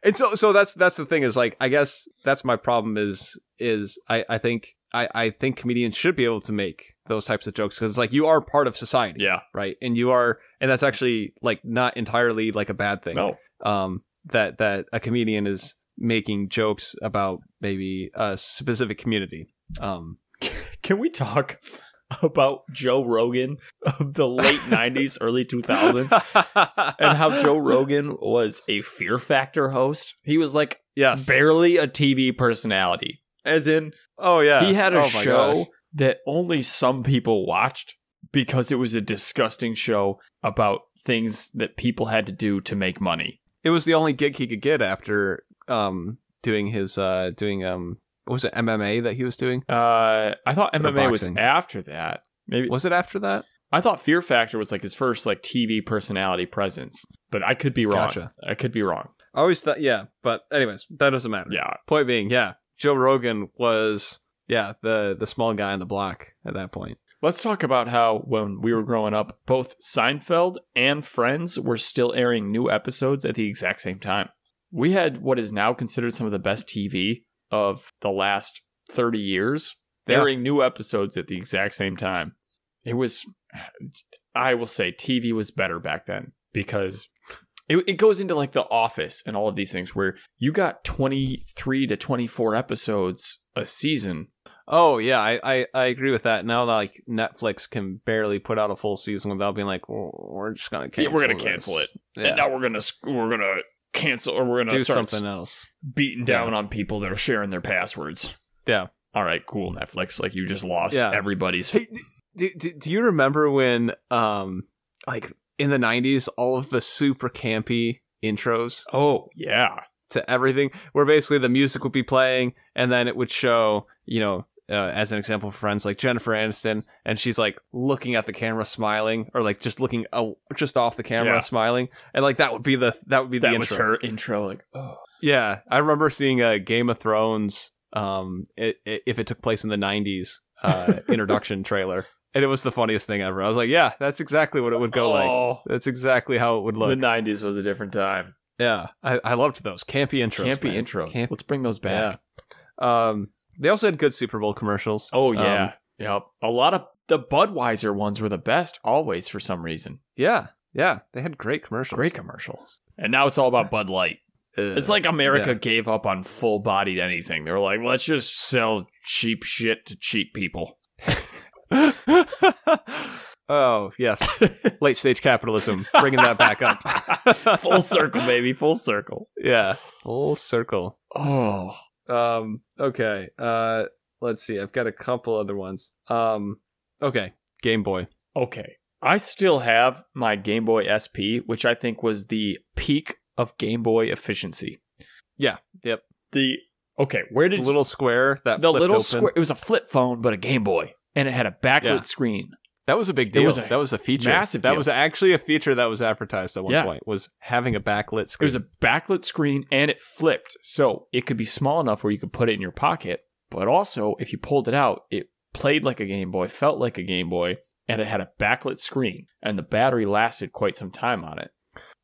[SPEAKER 2] And so, so that's that's the thing is like I guess that's my problem is is I I think I I think comedians should be able to make those types of jokes because like you are part of society,
[SPEAKER 1] yeah
[SPEAKER 2] right? And you are, and that's actually like not entirely like a bad thing
[SPEAKER 1] no
[SPEAKER 2] um, that that a comedian is making jokes about maybe a specific community. Um,
[SPEAKER 1] can we talk about joe rogan of the late 90s early 2000s and how Joe Rogan was a Fear Factor host. He was like
[SPEAKER 2] yes,
[SPEAKER 1] barely a TV personality, as in
[SPEAKER 2] oh yeah,
[SPEAKER 1] he had a
[SPEAKER 2] Oh, my
[SPEAKER 1] show
[SPEAKER 2] gosh.
[SPEAKER 1] that only some people watched because it was a disgusting show about things that people had to do to make money.
[SPEAKER 2] It was the only gig he could get after um doing his uh doing um what was it MMA that he was doing?
[SPEAKER 1] Uh, I thought
[SPEAKER 2] Or
[SPEAKER 1] MMA was
[SPEAKER 2] boxing.
[SPEAKER 1] after that. Maybe
[SPEAKER 2] Was it after that?
[SPEAKER 1] I thought Fear Factor was like his first like TV personality presence, but I could be wrong.
[SPEAKER 2] Gotcha.
[SPEAKER 1] I could be wrong.
[SPEAKER 2] I always thought, yeah, but anyways, that doesn't matter.
[SPEAKER 1] Yeah,
[SPEAKER 2] Point being, yeah, Joe Rogan was, yeah, the the small guy on the block at that point.
[SPEAKER 1] Let's talk about how when we were growing up, both Seinfeld and Friends were still airing new episodes at the exact same time. We had what is now considered some of the best TV of the last 30 years,
[SPEAKER 2] Yeah.
[SPEAKER 1] airing new episodes at the exact same time. It was, I will say, TV was better back then because it, it goes into like The Office and all of these things where you got 23 to 24 episodes a season.
[SPEAKER 2] Oh yeah, I, I, I agree with that. Now like Netflix can barely put out a full season without being like, "Well, we're just gonna
[SPEAKER 1] Yeah,
[SPEAKER 2] cancel.
[SPEAKER 1] we're gonna
[SPEAKER 2] this."
[SPEAKER 1] cancel it.
[SPEAKER 2] Yeah.
[SPEAKER 1] and now we're gonna sc- we're gonna cancel or we're gonna
[SPEAKER 2] do
[SPEAKER 1] start
[SPEAKER 2] something else.
[SPEAKER 1] beating down on people that are sharing their passwords.
[SPEAKER 2] Yeah.
[SPEAKER 1] All right, cool Netflix. Like you just lost
[SPEAKER 2] Yeah.
[SPEAKER 1] everybody's.
[SPEAKER 2] Hey, d- do, do, do you remember when, um, like in the '90s, all of the super campy intros
[SPEAKER 1] oh yeah,
[SPEAKER 2] to everything, where basically the music would be playing, and then it would show, you know, uh, as an example, friends like Jennifer Aniston, and she's like looking at the camera, smiling, or like just looking uh, just off the camera,
[SPEAKER 1] Yeah.
[SPEAKER 2] smiling, and like that would be the that would be
[SPEAKER 1] that
[SPEAKER 2] the
[SPEAKER 1] was
[SPEAKER 2] intro.
[SPEAKER 1] her intro. Like oh
[SPEAKER 2] Yeah, I remember seeing a Game of Thrones, um, i i if it took place in the '90s, uh, introduction trailer, and it was the funniest thing ever. I was like, yeah, that's exactly what it would go like.
[SPEAKER 1] oh,
[SPEAKER 2] That's exactly how it would
[SPEAKER 1] the
[SPEAKER 2] look.
[SPEAKER 1] nineties was a different time.
[SPEAKER 2] yeah, I, I loved those campy intros.
[SPEAKER 1] Campy
[SPEAKER 2] man.
[SPEAKER 1] intros.
[SPEAKER 2] Camp-
[SPEAKER 1] Let's bring those back.
[SPEAKER 2] Yeah. Um, they also had good Super Bowl commercials.
[SPEAKER 1] Oh
[SPEAKER 2] Um,
[SPEAKER 1] yeah, yep. A lot of the Budweiser ones were the best always for some reason.
[SPEAKER 2] yeah, yeah. They had great commercials.
[SPEAKER 1] Great commercials. And now it's all about Bud Light. It's like America
[SPEAKER 2] yeah.
[SPEAKER 1] gave up on full bodied anything. They were like, let's just sell cheap shit to cheap people.
[SPEAKER 2] oh yes, late stage capitalism, bringing that back up.
[SPEAKER 1] full circle, baby. Full circle.
[SPEAKER 2] yeah, full circle.
[SPEAKER 1] Oh,
[SPEAKER 2] Um, okay. Uh, let's see. I've got a couple other ones. Um, okay. Game Boy.
[SPEAKER 1] okay. I still have my Game Boy SP, which I think was the peak of Game Boy efficiency.
[SPEAKER 2] Yeah, yep.
[SPEAKER 1] The, okay, where
[SPEAKER 2] The
[SPEAKER 1] did
[SPEAKER 2] little square that
[SPEAKER 1] the
[SPEAKER 2] flipped
[SPEAKER 1] little
[SPEAKER 2] open.
[SPEAKER 1] square? It was a flip phone, but a Game Boy. And it had a backlit
[SPEAKER 2] Yeah.
[SPEAKER 1] screen.
[SPEAKER 2] That was a big
[SPEAKER 1] It
[SPEAKER 2] deal.
[SPEAKER 1] was a
[SPEAKER 2] that was a feature.
[SPEAKER 1] massive
[SPEAKER 2] That
[SPEAKER 1] deal.
[SPEAKER 2] was actually a feature that was advertised at one
[SPEAKER 1] Yeah.
[SPEAKER 2] point. Was having a backlit
[SPEAKER 1] It
[SPEAKER 2] screen.
[SPEAKER 1] was a backlit screen and it flipped. So it could be small enough where you could put it in your pocket, but also if you pulled it out, it played like a Game Boy, felt like a Game Boy, and it had a backlit screen and the battery lasted quite some time on it.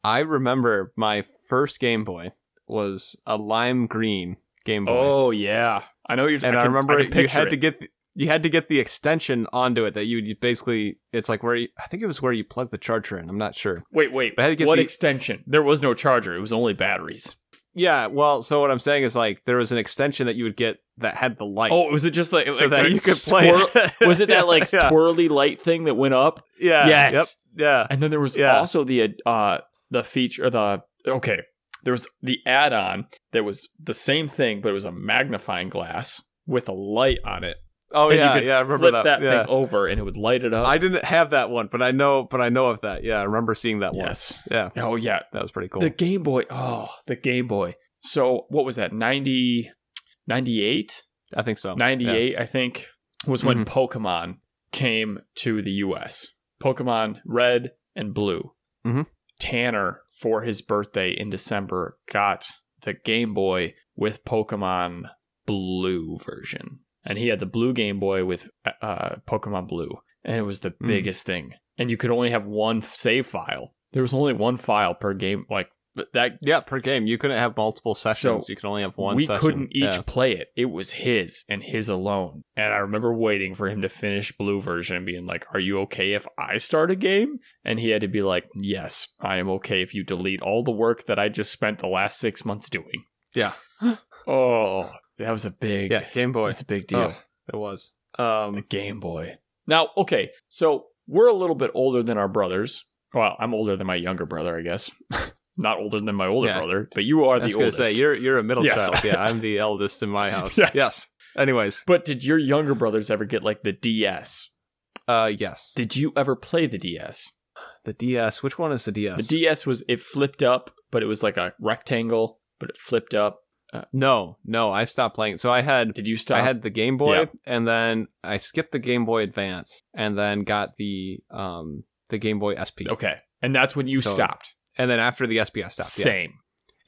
[SPEAKER 2] I remember my first Game Boy was a lime green Game Boy,
[SPEAKER 1] Oh yeah. I know you're
[SPEAKER 2] and I,
[SPEAKER 1] can-
[SPEAKER 2] remember
[SPEAKER 1] can
[SPEAKER 2] you
[SPEAKER 1] picture
[SPEAKER 2] had
[SPEAKER 1] it.
[SPEAKER 2] to get. You had to get the extension onto it that you would you basically. It's like where you, I think it was where you plug the charger in. I'm not sure.
[SPEAKER 1] Wait, wait.
[SPEAKER 2] I had to get
[SPEAKER 1] what
[SPEAKER 2] the-
[SPEAKER 1] extension? There was no charger. It was only batteries.
[SPEAKER 2] Yeah, well, so what I'm saying is like there was an extension that you would get that had the light,
[SPEAKER 1] Oh, was it just like,
[SPEAKER 2] so
[SPEAKER 1] like,
[SPEAKER 2] that
[SPEAKER 1] like
[SPEAKER 2] you could play.
[SPEAKER 1] squirrel- was it
[SPEAKER 2] Yeah,
[SPEAKER 1] that like
[SPEAKER 2] yeah,
[SPEAKER 1] twirly light thing that went up?
[SPEAKER 2] yeah,
[SPEAKER 1] Yes.
[SPEAKER 2] yep, yeah,
[SPEAKER 1] And then there was
[SPEAKER 2] Yeah.
[SPEAKER 1] also the uh the feature the okay there was the add-on that was the same thing but it was a magnifying glass with a light on it.
[SPEAKER 2] oh
[SPEAKER 1] and
[SPEAKER 2] yeah,
[SPEAKER 1] you could
[SPEAKER 2] yeah, I remember
[SPEAKER 1] flip
[SPEAKER 2] that. yeah.
[SPEAKER 1] thing over and it would light it up.
[SPEAKER 2] I didn't have that one, but I know, but I know of that. Yeah, I remember seeing that one.
[SPEAKER 1] yes.
[SPEAKER 2] Yeah,
[SPEAKER 1] Oh yeah,
[SPEAKER 2] that was pretty cool.
[SPEAKER 1] the Game Boy. Oh, the Game Boy. So what was that? 90 98?
[SPEAKER 2] I think so. Mm-hmm.
[SPEAKER 1] 98 I think was when Pokemon came to the US. Pokemon Red and Blue.
[SPEAKER 2] Mhm.
[SPEAKER 1] Tanner for his birthday in December got the Game Boy with Pokemon Blue version. And he had the blue Game Boy with uh, Pokemon Blue. And it was the
[SPEAKER 2] Mm.
[SPEAKER 1] biggest thing. And you could only have one f- save file. There was only one file per game. Like th- that
[SPEAKER 2] Yeah, per game you couldn't have multiple sessions. you could only have one.
[SPEAKER 1] we
[SPEAKER 2] session.
[SPEAKER 1] couldn't each
[SPEAKER 2] Yeah.
[SPEAKER 1] play it. It was his and his alone. And I remember waiting for him to finish blue version and being like, "Are you okay if I start a game?" And he had to be like, "Yes, I am okay if you delete all the work that I just spent the last 6 months doing."
[SPEAKER 2] Yeah.
[SPEAKER 1] oh, that was a big
[SPEAKER 2] Yeah, Game Boy.
[SPEAKER 1] That's a big deal.
[SPEAKER 2] Oh. It was. Um,
[SPEAKER 1] The Game Boy. Now, okay, so we're a little bit older than our brothers. Well, I'm older than my younger brother, I guess. Not older than my older
[SPEAKER 2] Yeah.
[SPEAKER 1] brother, but you are
[SPEAKER 2] I was
[SPEAKER 1] the
[SPEAKER 2] gonna
[SPEAKER 1] oldest.
[SPEAKER 2] say you're you're a middle
[SPEAKER 1] Yes.
[SPEAKER 2] child. Yeah, I'm the eldest in my house.
[SPEAKER 1] Yes.
[SPEAKER 2] yes. Anyways,
[SPEAKER 1] But did your younger brothers ever get like the DS?
[SPEAKER 2] Uh, yes.
[SPEAKER 1] Did you ever play the DS?
[SPEAKER 2] the DS. Which one is the DS?
[SPEAKER 1] The DS was it flipped up, but it was like a rectangle, but it flipped up.
[SPEAKER 2] uh, No, no, I stopped playing. So I had
[SPEAKER 1] Did you stop?
[SPEAKER 2] I had the Game Boy,
[SPEAKER 1] Yeah.
[SPEAKER 2] and then I skipped the Game Boy Advance, and then got the um the Game Boy SP.
[SPEAKER 1] okay, and that's when you
[SPEAKER 2] So,
[SPEAKER 1] stopped.
[SPEAKER 2] And then after the SP, I stopped. yeah.
[SPEAKER 1] Same.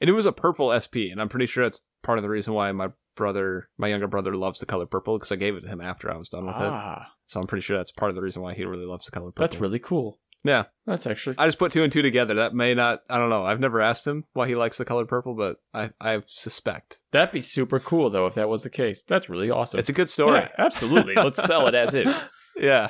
[SPEAKER 2] And it was a purple SP, and I'm pretty sure that's part of the reason why my brother, my younger brother, loves the color purple because I gave it to him after I was done with it.
[SPEAKER 1] Ah,
[SPEAKER 2] So I'm pretty sure that's part of the reason why he really loves the color purple.
[SPEAKER 1] that's really cool.
[SPEAKER 2] Yeah.
[SPEAKER 1] That's actually.
[SPEAKER 2] I just put two and two together. That may not. I don't know. I've never asked him why he likes the color purple, but I I suspect
[SPEAKER 1] That'd be super cool though if that was the case. That's really awesome.
[SPEAKER 2] it's a good story.
[SPEAKER 1] Yeah, absolutely. Let's sell it as is.
[SPEAKER 2] Yeah.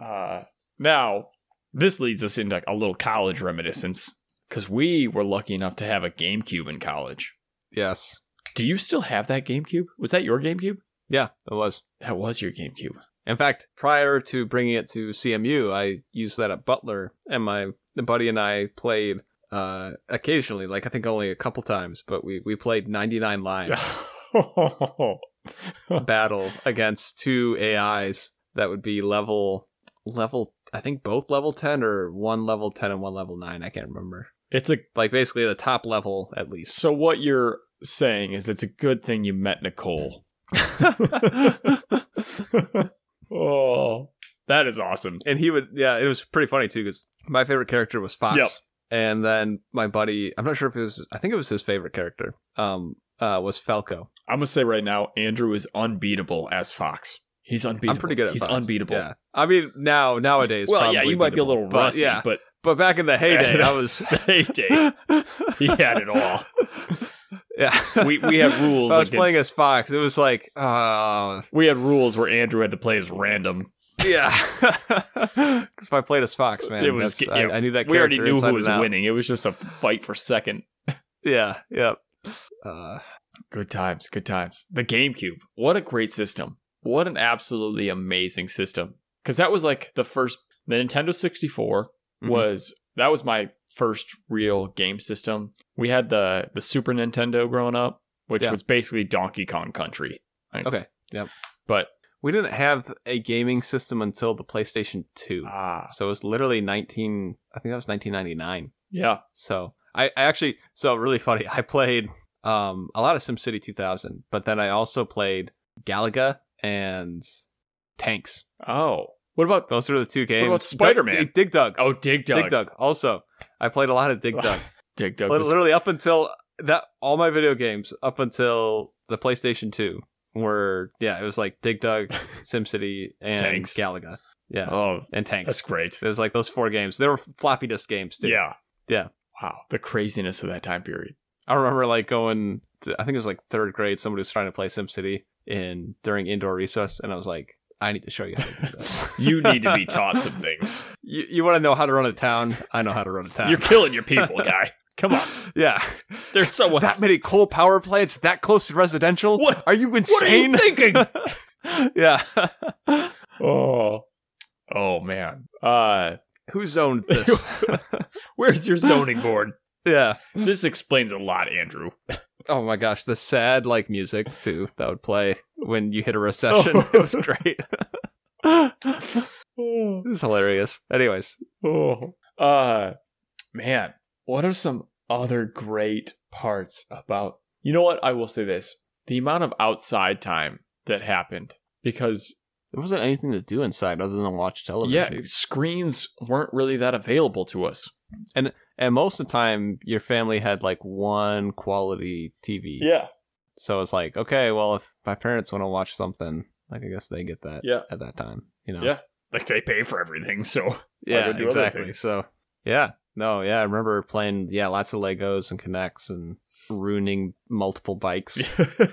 [SPEAKER 1] Uh, now, this leads us into a little college reminiscence because we were lucky enough to have a GameCube in college.
[SPEAKER 2] yes.
[SPEAKER 1] Do you still have that GameCube? Was that your GameCube?
[SPEAKER 2] Yeah. It was.
[SPEAKER 1] That was your GameCube.
[SPEAKER 2] In fact, prior to bringing it to CMU, I used that at Butler, and my buddy and I played uh, occasionally. Like I think only a couple times, but we we played 99 Lives battle against two AIs that would be level level. I think both level 10 or one level 10 and one level 9. I can't remember.
[SPEAKER 1] it's a
[SPEAKER 2] like basically the top level at least.
[SPEAKER 1] so what you're saying is it's a good thing you met Nicole. oh, that is awesome.
[SPEAKER 2] and he would, yeah, it was pretty funny too because my favorite character was Fox,
[SPEAKER 1] Yep.
[SPEAKER 2] and then my buddy, I'm not sure if it was, I think it was his favorite character, um, uh, was Falco.
[SPEAKER 1] I'm gonna say right now, Andrew is unbeatable as Fox. He's unbeatable.
[SPEAKER 2] I'm pretty good at.
[SPEAKER 1] He's
[SPEAKER 2] Fox.
[SPEAKER 1] unbeatable.
[SPEAKER 2] Yeah, I mean now nowadays.
[SPEAKER 1] well, yeah,
[SPEAKER 2] probably
[SPEAKER 1] you might be a
[SPEAKER 2] beatable,
[SPEAKER 1] little
[SPEAKER 2] but
[SPEAKER 1] rusty,
[SPEAKER 2] yeah,
[SPEAKER 1] but
[SPEAKER 2] but back in the heyday, I was.
[SPEAKER 1] Hey, Dave. He had it all.
[SPEAKER 2] Yeah,
[SPEAKER 1] We- we had rules
[SPEAKER 2] I was playing as
[SPEAKER 1] against-
[SPEAKER 2] Fox. It was like, uh,
[SPEAKER 1] We had rules where Andrew had to play as random.
[SPEAKER 2] yeah, because if I played as Fox, man,
[SPEAKER 1] It was-
[SPEAKER 2] that's- I,
[SPEAKER 1] yeah,
[SPEAKER 2] I knew that.
[SPEAKER 1] We already
[SPEAKER 2] character
[SPEAKER 1] knew
[SPEAKER 2] inside
[SPEAKER 1] who
[SPEAKER 2] and
[SPEAKER 1] was
[SPEAKER 2] out.
[SPEAKER 1] winning. It was just a fight for second.
[SPEAKER 2] Yeah, yep. Uh,
[SPEAKER 1] Good times, good times. The GameCube. What a great system. What an absolutely amazing system. Because that was like the first, the Nintendo 64
[SPEAKER 2] Mhm.
[SPEAKER 1] was, that was my first real game system. We had the, the Super Nintendo growing up, which
[SPEAKER 2] Yeah.
[SPEAKER 1] was basically Donkey Kong Country. right?
[SPEAKER 2] Okay, yep.
[SPEAKER 1] But,
[SPEAKER 2] we didn't have a gaming system until the PlayStation 2.
[SPEAKER 1] ah,
[SPEAKER 2] So it was literally 19, I think that was 1999.
[SPEAKER 1] yeah.
[SPEAKER 2] So I, I actually, so really funny, I played um, a lot of SimCity 2000, but then I also played Galaga and Tanks.
[SPEAKER 1] Oh. What about
[SPEAKER 2] Those are the two games.
[SPEAKER 1] about Spider-Man?
[SPEAKER 2] Dig, Dig Dug.
[SPEAKER 1] Oh, Dig Dug.
[SPEAKER 2] Dig Dug. Also, I played a lot of Dig Dug.
[SPEAKER 1] Dig Dug.
[SPEAKER 2] Lit-
[SPEAKER 1] was-
[SPEAKER 2] literally up until that all my video games up until the PlayStation 2 were yeah, it was like Dig Dug, SimCity, and
[SPEAKER 1] Tanks.
[SPEAKER 2] Galaga. Yeah.
[SPEAKER 1] Oh,
[SPEAKER 2] And Tanks.
[SPEAKER 1] that's great.
[SPEAKER 2] It was like those four games. They were floppy disk games too.
[SPEAKER 1] Yeah.
[SPEAKER 2] Yeah.
[SPEAKER 1] Wow. The craziness of that time period.
[SPEAKER 2] I remember like going to, I think it was like third grade, somebody was trying to play SimCity in during indoor recess and I was like, I need to show you how to do this.
[SPEAKER 1] You need to be taught some things.
[SPEAKER 2] you, you want to know how to run a town? I know how to run a town.
[SPEAKER 1] You're killing your people, guy. Come on.
[SPEAKER 2] yeah.
[SPEAKER 1] There's so much.
[SPEAKER 2] That many coal power plants that close to residential?
[SPEAKER 1] What-
[SPEAKER 2] Are you
[SPEAKER 1] what are
[SPEAKER 2] insane?
[SPEAKER 1] you thinking?
[SPEAKER 2] yeah.
[SPEAKER 1] oh. Oh man. Uh
[SPEAKER 2] Who zoned this?
[SPEAKER 1] where's your zoning board?
[SPEAKER 2] yeah.
[SPEAKER 1] This explains a lot, Andrew.
[SPEAKER 2] Oh my gosh, the sad like music too that would play when you hit a recession.
[SPEAKER 1] Oh.
[SPEAKER 2] It was great. it
[SPEAKER 1] Oh.
[SPEAKER 2] was hilarious. Anyways,
[SPEAKER 1] oh. Uh man, what are some other great parts about You know what? I will say this. The amount of outside time that happened because
[SPEAKER 2] there wasn't anything to do inside other than watch
[SPEAKER 1] yeah,
[SPEAKER 2] television.
[SPEAKER 1] screens weren't really that available to us.
[SPEAKER 2] And most of the time your family had like one quality TV.
[SPEAKER 1] Yeah.
[SPEAKER 2] So it's like, okay, well if my parents want to watch something, like I guess they get that
[SPEAKER 1] Yeah.
[SPEAKER 2] at that time, you know.
[SPEAKER 1] Yeah. Like they pay for everything, so
[SPEAKER 2] Yeah,
[SPEAKER 1] go do other
[SPEAKER 2] exactly.
[SPEAKER 1] things.
[SPEAKER 2] So, yeah, no, yeah, I remember playing, yeah, lots of Legos and Connects and ruining multiple bikes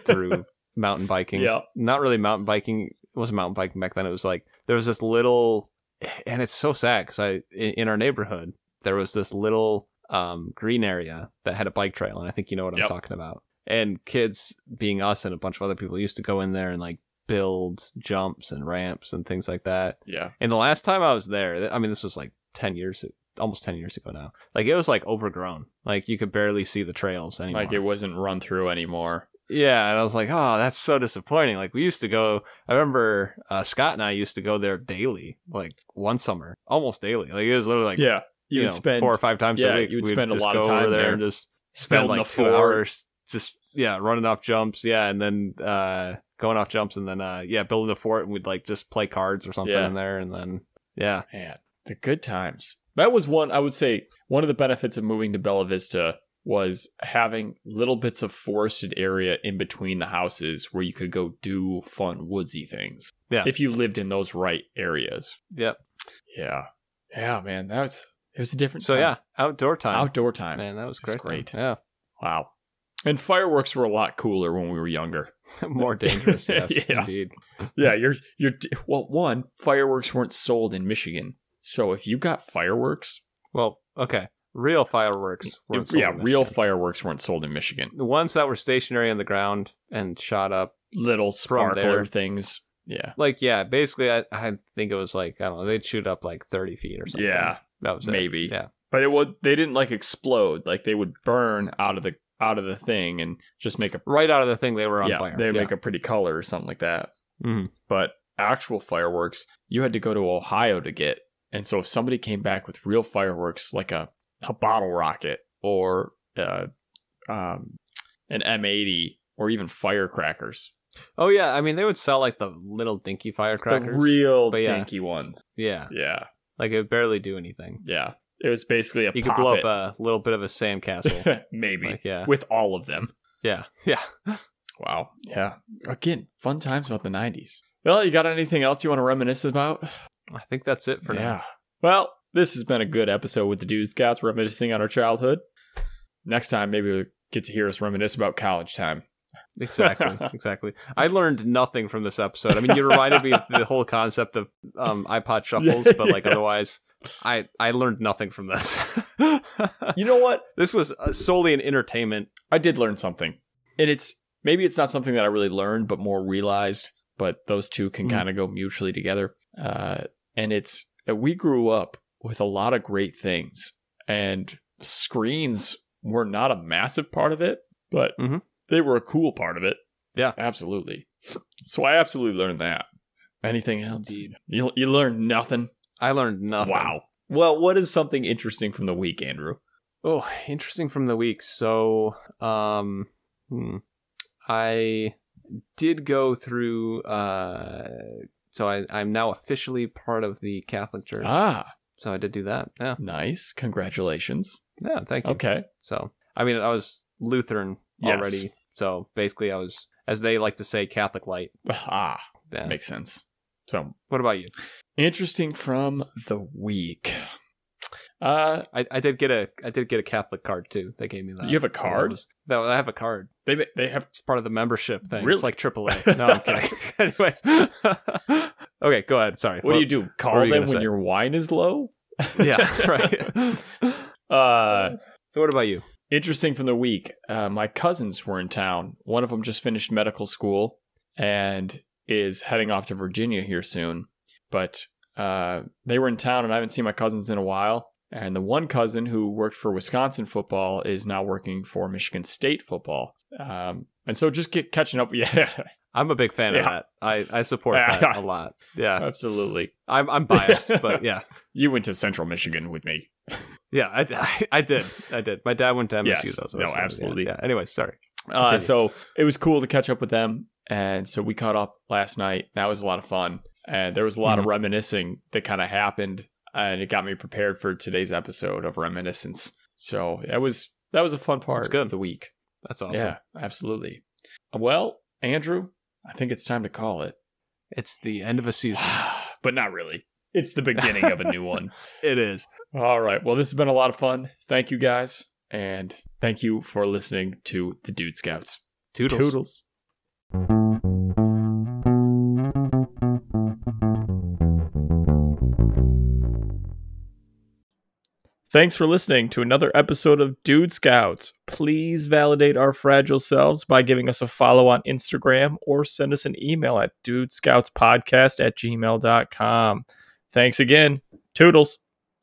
[SPEAKER 2] through mountain biking.
[SPEAKER 1] Yeah.
[SPEAKER 2] Not really mountain biking. It wasn't mountain biking back then. It was like there was this little, and it's so sad because I in, in our neighborhood there was this little um, green area that had a bike trail, and I think you know what I'm
[SPEAKER 1] Yep.
[SPEAKER 2] talking about. And kids, being us and a bunch of other people, used to go in there and like build jumps and ramps and things like that.
[SPEAKER 1] Yeah.
[SPEAKER 2] And the last time I was there, I mean, this was like 10 years, almost 10 years ago now. Like, it was like overgrown. Like, you could barely see the trails anymore.
[SPEAKER 1] Like it wasn't run through anymore.
[SPEAKER 2] yeah. And I was like, oh, that's so disappointing. Like, we used to go, I remember uh, Scott and I used to go there daily, like one summer, almost daily. Like, it was literally like,
[SPEAKER 1] yeah. You,
[SPEAKER 2] you
[SPEAKER 1] would
[SPEAKER 2] know,
[SPEAKER 1] spend
[SPEAKER 2] four or five times
[SPEAKER 1] yeah,
[SPEAKER 2] a week.
[SPEAKER 1] you would
[SPEAKER 2] we'd
[SPEAKER 1] spend a
[SPEAKER 2] just
[SPEAKER 1] lot
[SPEAKER 2] go
[SPEAKER 1] of time
[SPEAKER 2] over there,
[SPEAKER 1] there.
[SPEAKER 2] and just spend
[SPEAKER 1] Building
[SPEAKER 2] like
[SPEAKER 1] a
[SPEAKER 2] two
[SPEAKER 1] fort.
[SPEAKER 2] hours just yeah, running off jumps, yeah, and then uh going off jumps and then uh yeah, building a fort and we'd like just play cards or something
[SPEAKER 1] Yeah.
[SPEAKER 2] in there and then yeah.
[SPEAKER 1] Man, the good times. That was one I would say one of the benefits of moving to Bella Vista was having little bits of forested area in between the houses where you could go do fun woodsy things.
[SPEAKER 2] Yeah.
[SPEAKER 1] If you lived in those right areas.
[SPEAKER 2] Yep.
[SPEAKER 1] Yeah. Yeah, man. That was it was a different
[SPEAKER 2] So
[SPEAKER 1] time.
[SPEAKER 2] yeah, outdoor time.
[SPEAKER 1] Outdoor time.
[SPEAKER 2] Man, that was
[SPEAKER 1] That's
[SPEAKER 2] great.
[SPEAKER 1] great.
[SPEAKER 2] Yeah.
[SPEAKER 1] Wow. And fireworks were a lot cooler when we were younger.
[SPEAKER 2] More dangerous, yes.
[SPEAKER 1] Yeah.
[SPEAKER 2] Indeed.
[SPEAKER 1] yeah, you're you're well, one, fireworks weren't sold in Michigan. So if you got fireworks,
[SPEAKER 2] Well, okay. Real fireworks were
[SPEAKER 1] if- yeah,
[SPEAKER 2] sold in
[SPEAKER 1] real
[SPEAKER 2] Michigan.
[SPEAKER 1] fireworks weren't sold in Michigan.
[SPEAKER 2] the ones that were stationary on the ground and shot up
[SPEAKER 1] little
[SPEAKER 2] From there.
[SPEAKER 1] sparkler things. Yeah.
[SPEAKER 2] like yeah basically I, I think it was like i don't know they'd shoot up like 30 feet or something
[SPEAKER 1] Yeah.
[SPEAKER 2] that was it.
[SPEAKER 1] Maybe.
[SPEAKER 2] yeah
[SPEAKER 1] But it would they didn't like explode. Like they would burn out of the out of the thing and just make a
[SPEAKER 2] right out of the thing they were on
[SPEAKER 1] yeah,
[SPEAKER 2] fire
[SPEAKER 1] They would
[SPEAKER 2] yeah.
[SPEAKER 1] make a pretty color or something like that.
[SPEAKER 2] Mhm.
[SPEAKER 1] But actual fireworks, you had to go to Ohio to get. And so if somebody came back with real fireworks like a, a bottle rocket or uh, um, an M80 or even firecrackers.
[SPEAKER 2] oh yeah i mean they would sell like the little dinky
[SPEAKER 1] The
[SPEAKER 2] firecrackers
[SPEAKER 1] real
[SPEAKER 2] But yeah.
[SPEAKER 1] dinky ones.
[SPEAKER 2] yeah
[SPEAKER 1] Yeah.
[SPEAKER 2] like it would barely do anything
[SPEAKER 1] Yeah. It was basically a
[SPEAKER 2] you
[SPEAKER 1] pop
[SPEAKER 2] could blow
[SPEAKER 1] it.
[SPEAKER 2] up a little bit of a sandcastle
[SPEAKER 1] Maybe.
[SPEAKER 2] like yeah
[SPEAKER 1] With all of them.
[SPEAKER 2] yeah yeah
[SPEAKER 1] Wow. Yeah. Again, fun times about the 90s. Well, you got anything else you want to reminisce about?
[SPEAKER 2] i think that's it for now
[SPEAKER 1] Well, this has been a good episode with the Dude Scouts reminiscing on our childhood. Next time, maybe we'll get to hear us reminisce about college time.
[SPEAKER 2] exactly exactly i learned nothing from this episode i mean you reminded me of the whole concept of um ipod shuffles but like
[SPEAKER 1] Yes.
[SPEAKER 2] otherwise i i learned nothing from this
[SPEAKER 1] You know what?
[SPEAKER 2] this was uh, solely an entertainment
[SPEAKER 1] I did learn something. And it's maybe it's not something that I really learned, but more realized. But those two can
[SPEAKER 2] Mhm.
[SPEAKER 1] kind of go mutually together. Uh, and it's uh, we grew up with a lot of great things, and screens were not a massive part of it, but
[SPEAKER 2] Mhm.
[SPEAKER 1] they were a cool part of it.
[SPEAKER 2] Yeah.
[SPEAKER 1] absolutely. So I absolutely learned that. Anything else?
[SPEAKER 2] Indeed.
[SPEAKER 1] You you learned nothing.
[SPEAKER 2] I learned nothing.
[SPEAKER 1] Oh, Wow. Well, what is something interesting from the week, Andrew?
[SPEAKER 2] Oh, interesting from the week. So, um, hmm. I did go through. Uh, so I, I'm now officially part of the Catholic Church.
[SPEAKER 1] Ah,
[SPEAKER 2] So I did do that. Yeah.
[SPEAKER 1] nice. Congratulations.
[SPEAKER 2] Yeah. Thank you.
[SPEAKER 1] Okay.
[SPEAKER 2] So I mean, I was Lutheran
[SPEAKER 1] Yes.
[SPEAKER 2] already. So basically, I was, as they like to say, Catholic light.
[SPEAKER 1] Ah,
[SPEAKER 2] Yeah.
[SPEAKER 1] Makes sense. So
[SPEAKER 2] What about you?
[SPEAKER 1] interesting from the week. Uh,
[SPEAKER 2] I, I did get a I did get a Catholic card too. They gave me that.
[SPEAKER 1] You have a
[SPEAKER 2] So that
[SPEAKER 1] card?
[SPEAKER 2] was- no, I have a card.
[SPEAKER 1] they they have
[SPEAKER 2] It's part of the membership thing.
[SPEAKER 1] Really?
[SPEAKER 2] It's like AAA. No, I'm kidding. Anyways. okay, go ahead. Sorry.
[SPEAKER 1] what do you do?
[SPEAKER 2] were
[SPEAKER 1] Call
[SPEAKER 2] you
[SPEAKER 1] them
[SPEAKER 2] gonna
[SPEAKER 1] when
[SPEAKER 2] say?
[SPEAKER 1] your wine is low.
[SPEAKER 2] do? Yeah, right.
[SPEAKER 1] Uh,
[SPEAKER 2] so what about you?
[SPEAKER 1] interesting from the week. Uh, my cousins were in town. One of them just finished medical school and is heading off to Virginia here soon. But uh, they were in town, and I haven't seen my cousins in a while. And the one cousin who worked for Wisconsin football is now working for Michigan State football. Um, and so just get catching up. Yeah,
[SPEAKER 2] I'm a big fan of
[SPEAKER 1] Yeah.
[SPEAKER 2] that. I, I support
[SPEAKER 1] Yeah.
[SPEAKER 2] that a lot. Yeah.
[SPEAKER 1] absolutely.
[SPEAKER 2] I'm I'm biased, but yeah.
[SPEAKER 1] You went to Central Michigan with me.
[SPEAKER 2] Yeah, I, I, I did. I did. My dad went to MSU
[SPEAKER 1] Yes.
[SPEAKER 2] though. so
[SPEAKER 1] No,
[SPEAKER 2] that's why- yeah,
[SPEAKER 1] absolutely.
[SPEAKER 2] Yeah. Anyway, sorry.
[SPEAKER 1] Uh,
[SPEAKER 2] Continue.
[SPEAKER 1] so it was cool to catch up with them. And so we caught up last night. That was a lot of fun. And there was a lot
[SPEAKER 2] Mm-hmm.
[SPEAKER 1] of reminiscing that kind of happened. And it got me prepared for today's episode of Reminiscence. So that was that was a fun part
[SPEAKER 2] good.
[SPEAKER 1] of the week.
[SPEAKER 2] That's awesome.
[SPEAKER 1] Yeah, absolutely. Well, Andrew, I think it's time to call it.
[SPEAKER 2] It's the end of a season.
[SPEAKER 1] but not really. It's the beginning of a new one.
[SPEAKER 2] It is.
[SPEAKER 1] All right. Well, this has been a lot of fun. Thank you guys. And thank you for listening to the Dude Scouts.
[SPEAKER 2] Toodles.
[SPEAKER 1] Toodles. Thanks for listening to another episode of Dude Scouts. Please validate our fragile selves by giving us a follow on Instagram or send us an email at dudescoutspodcast at gmail.com. Thanks again. Toodles.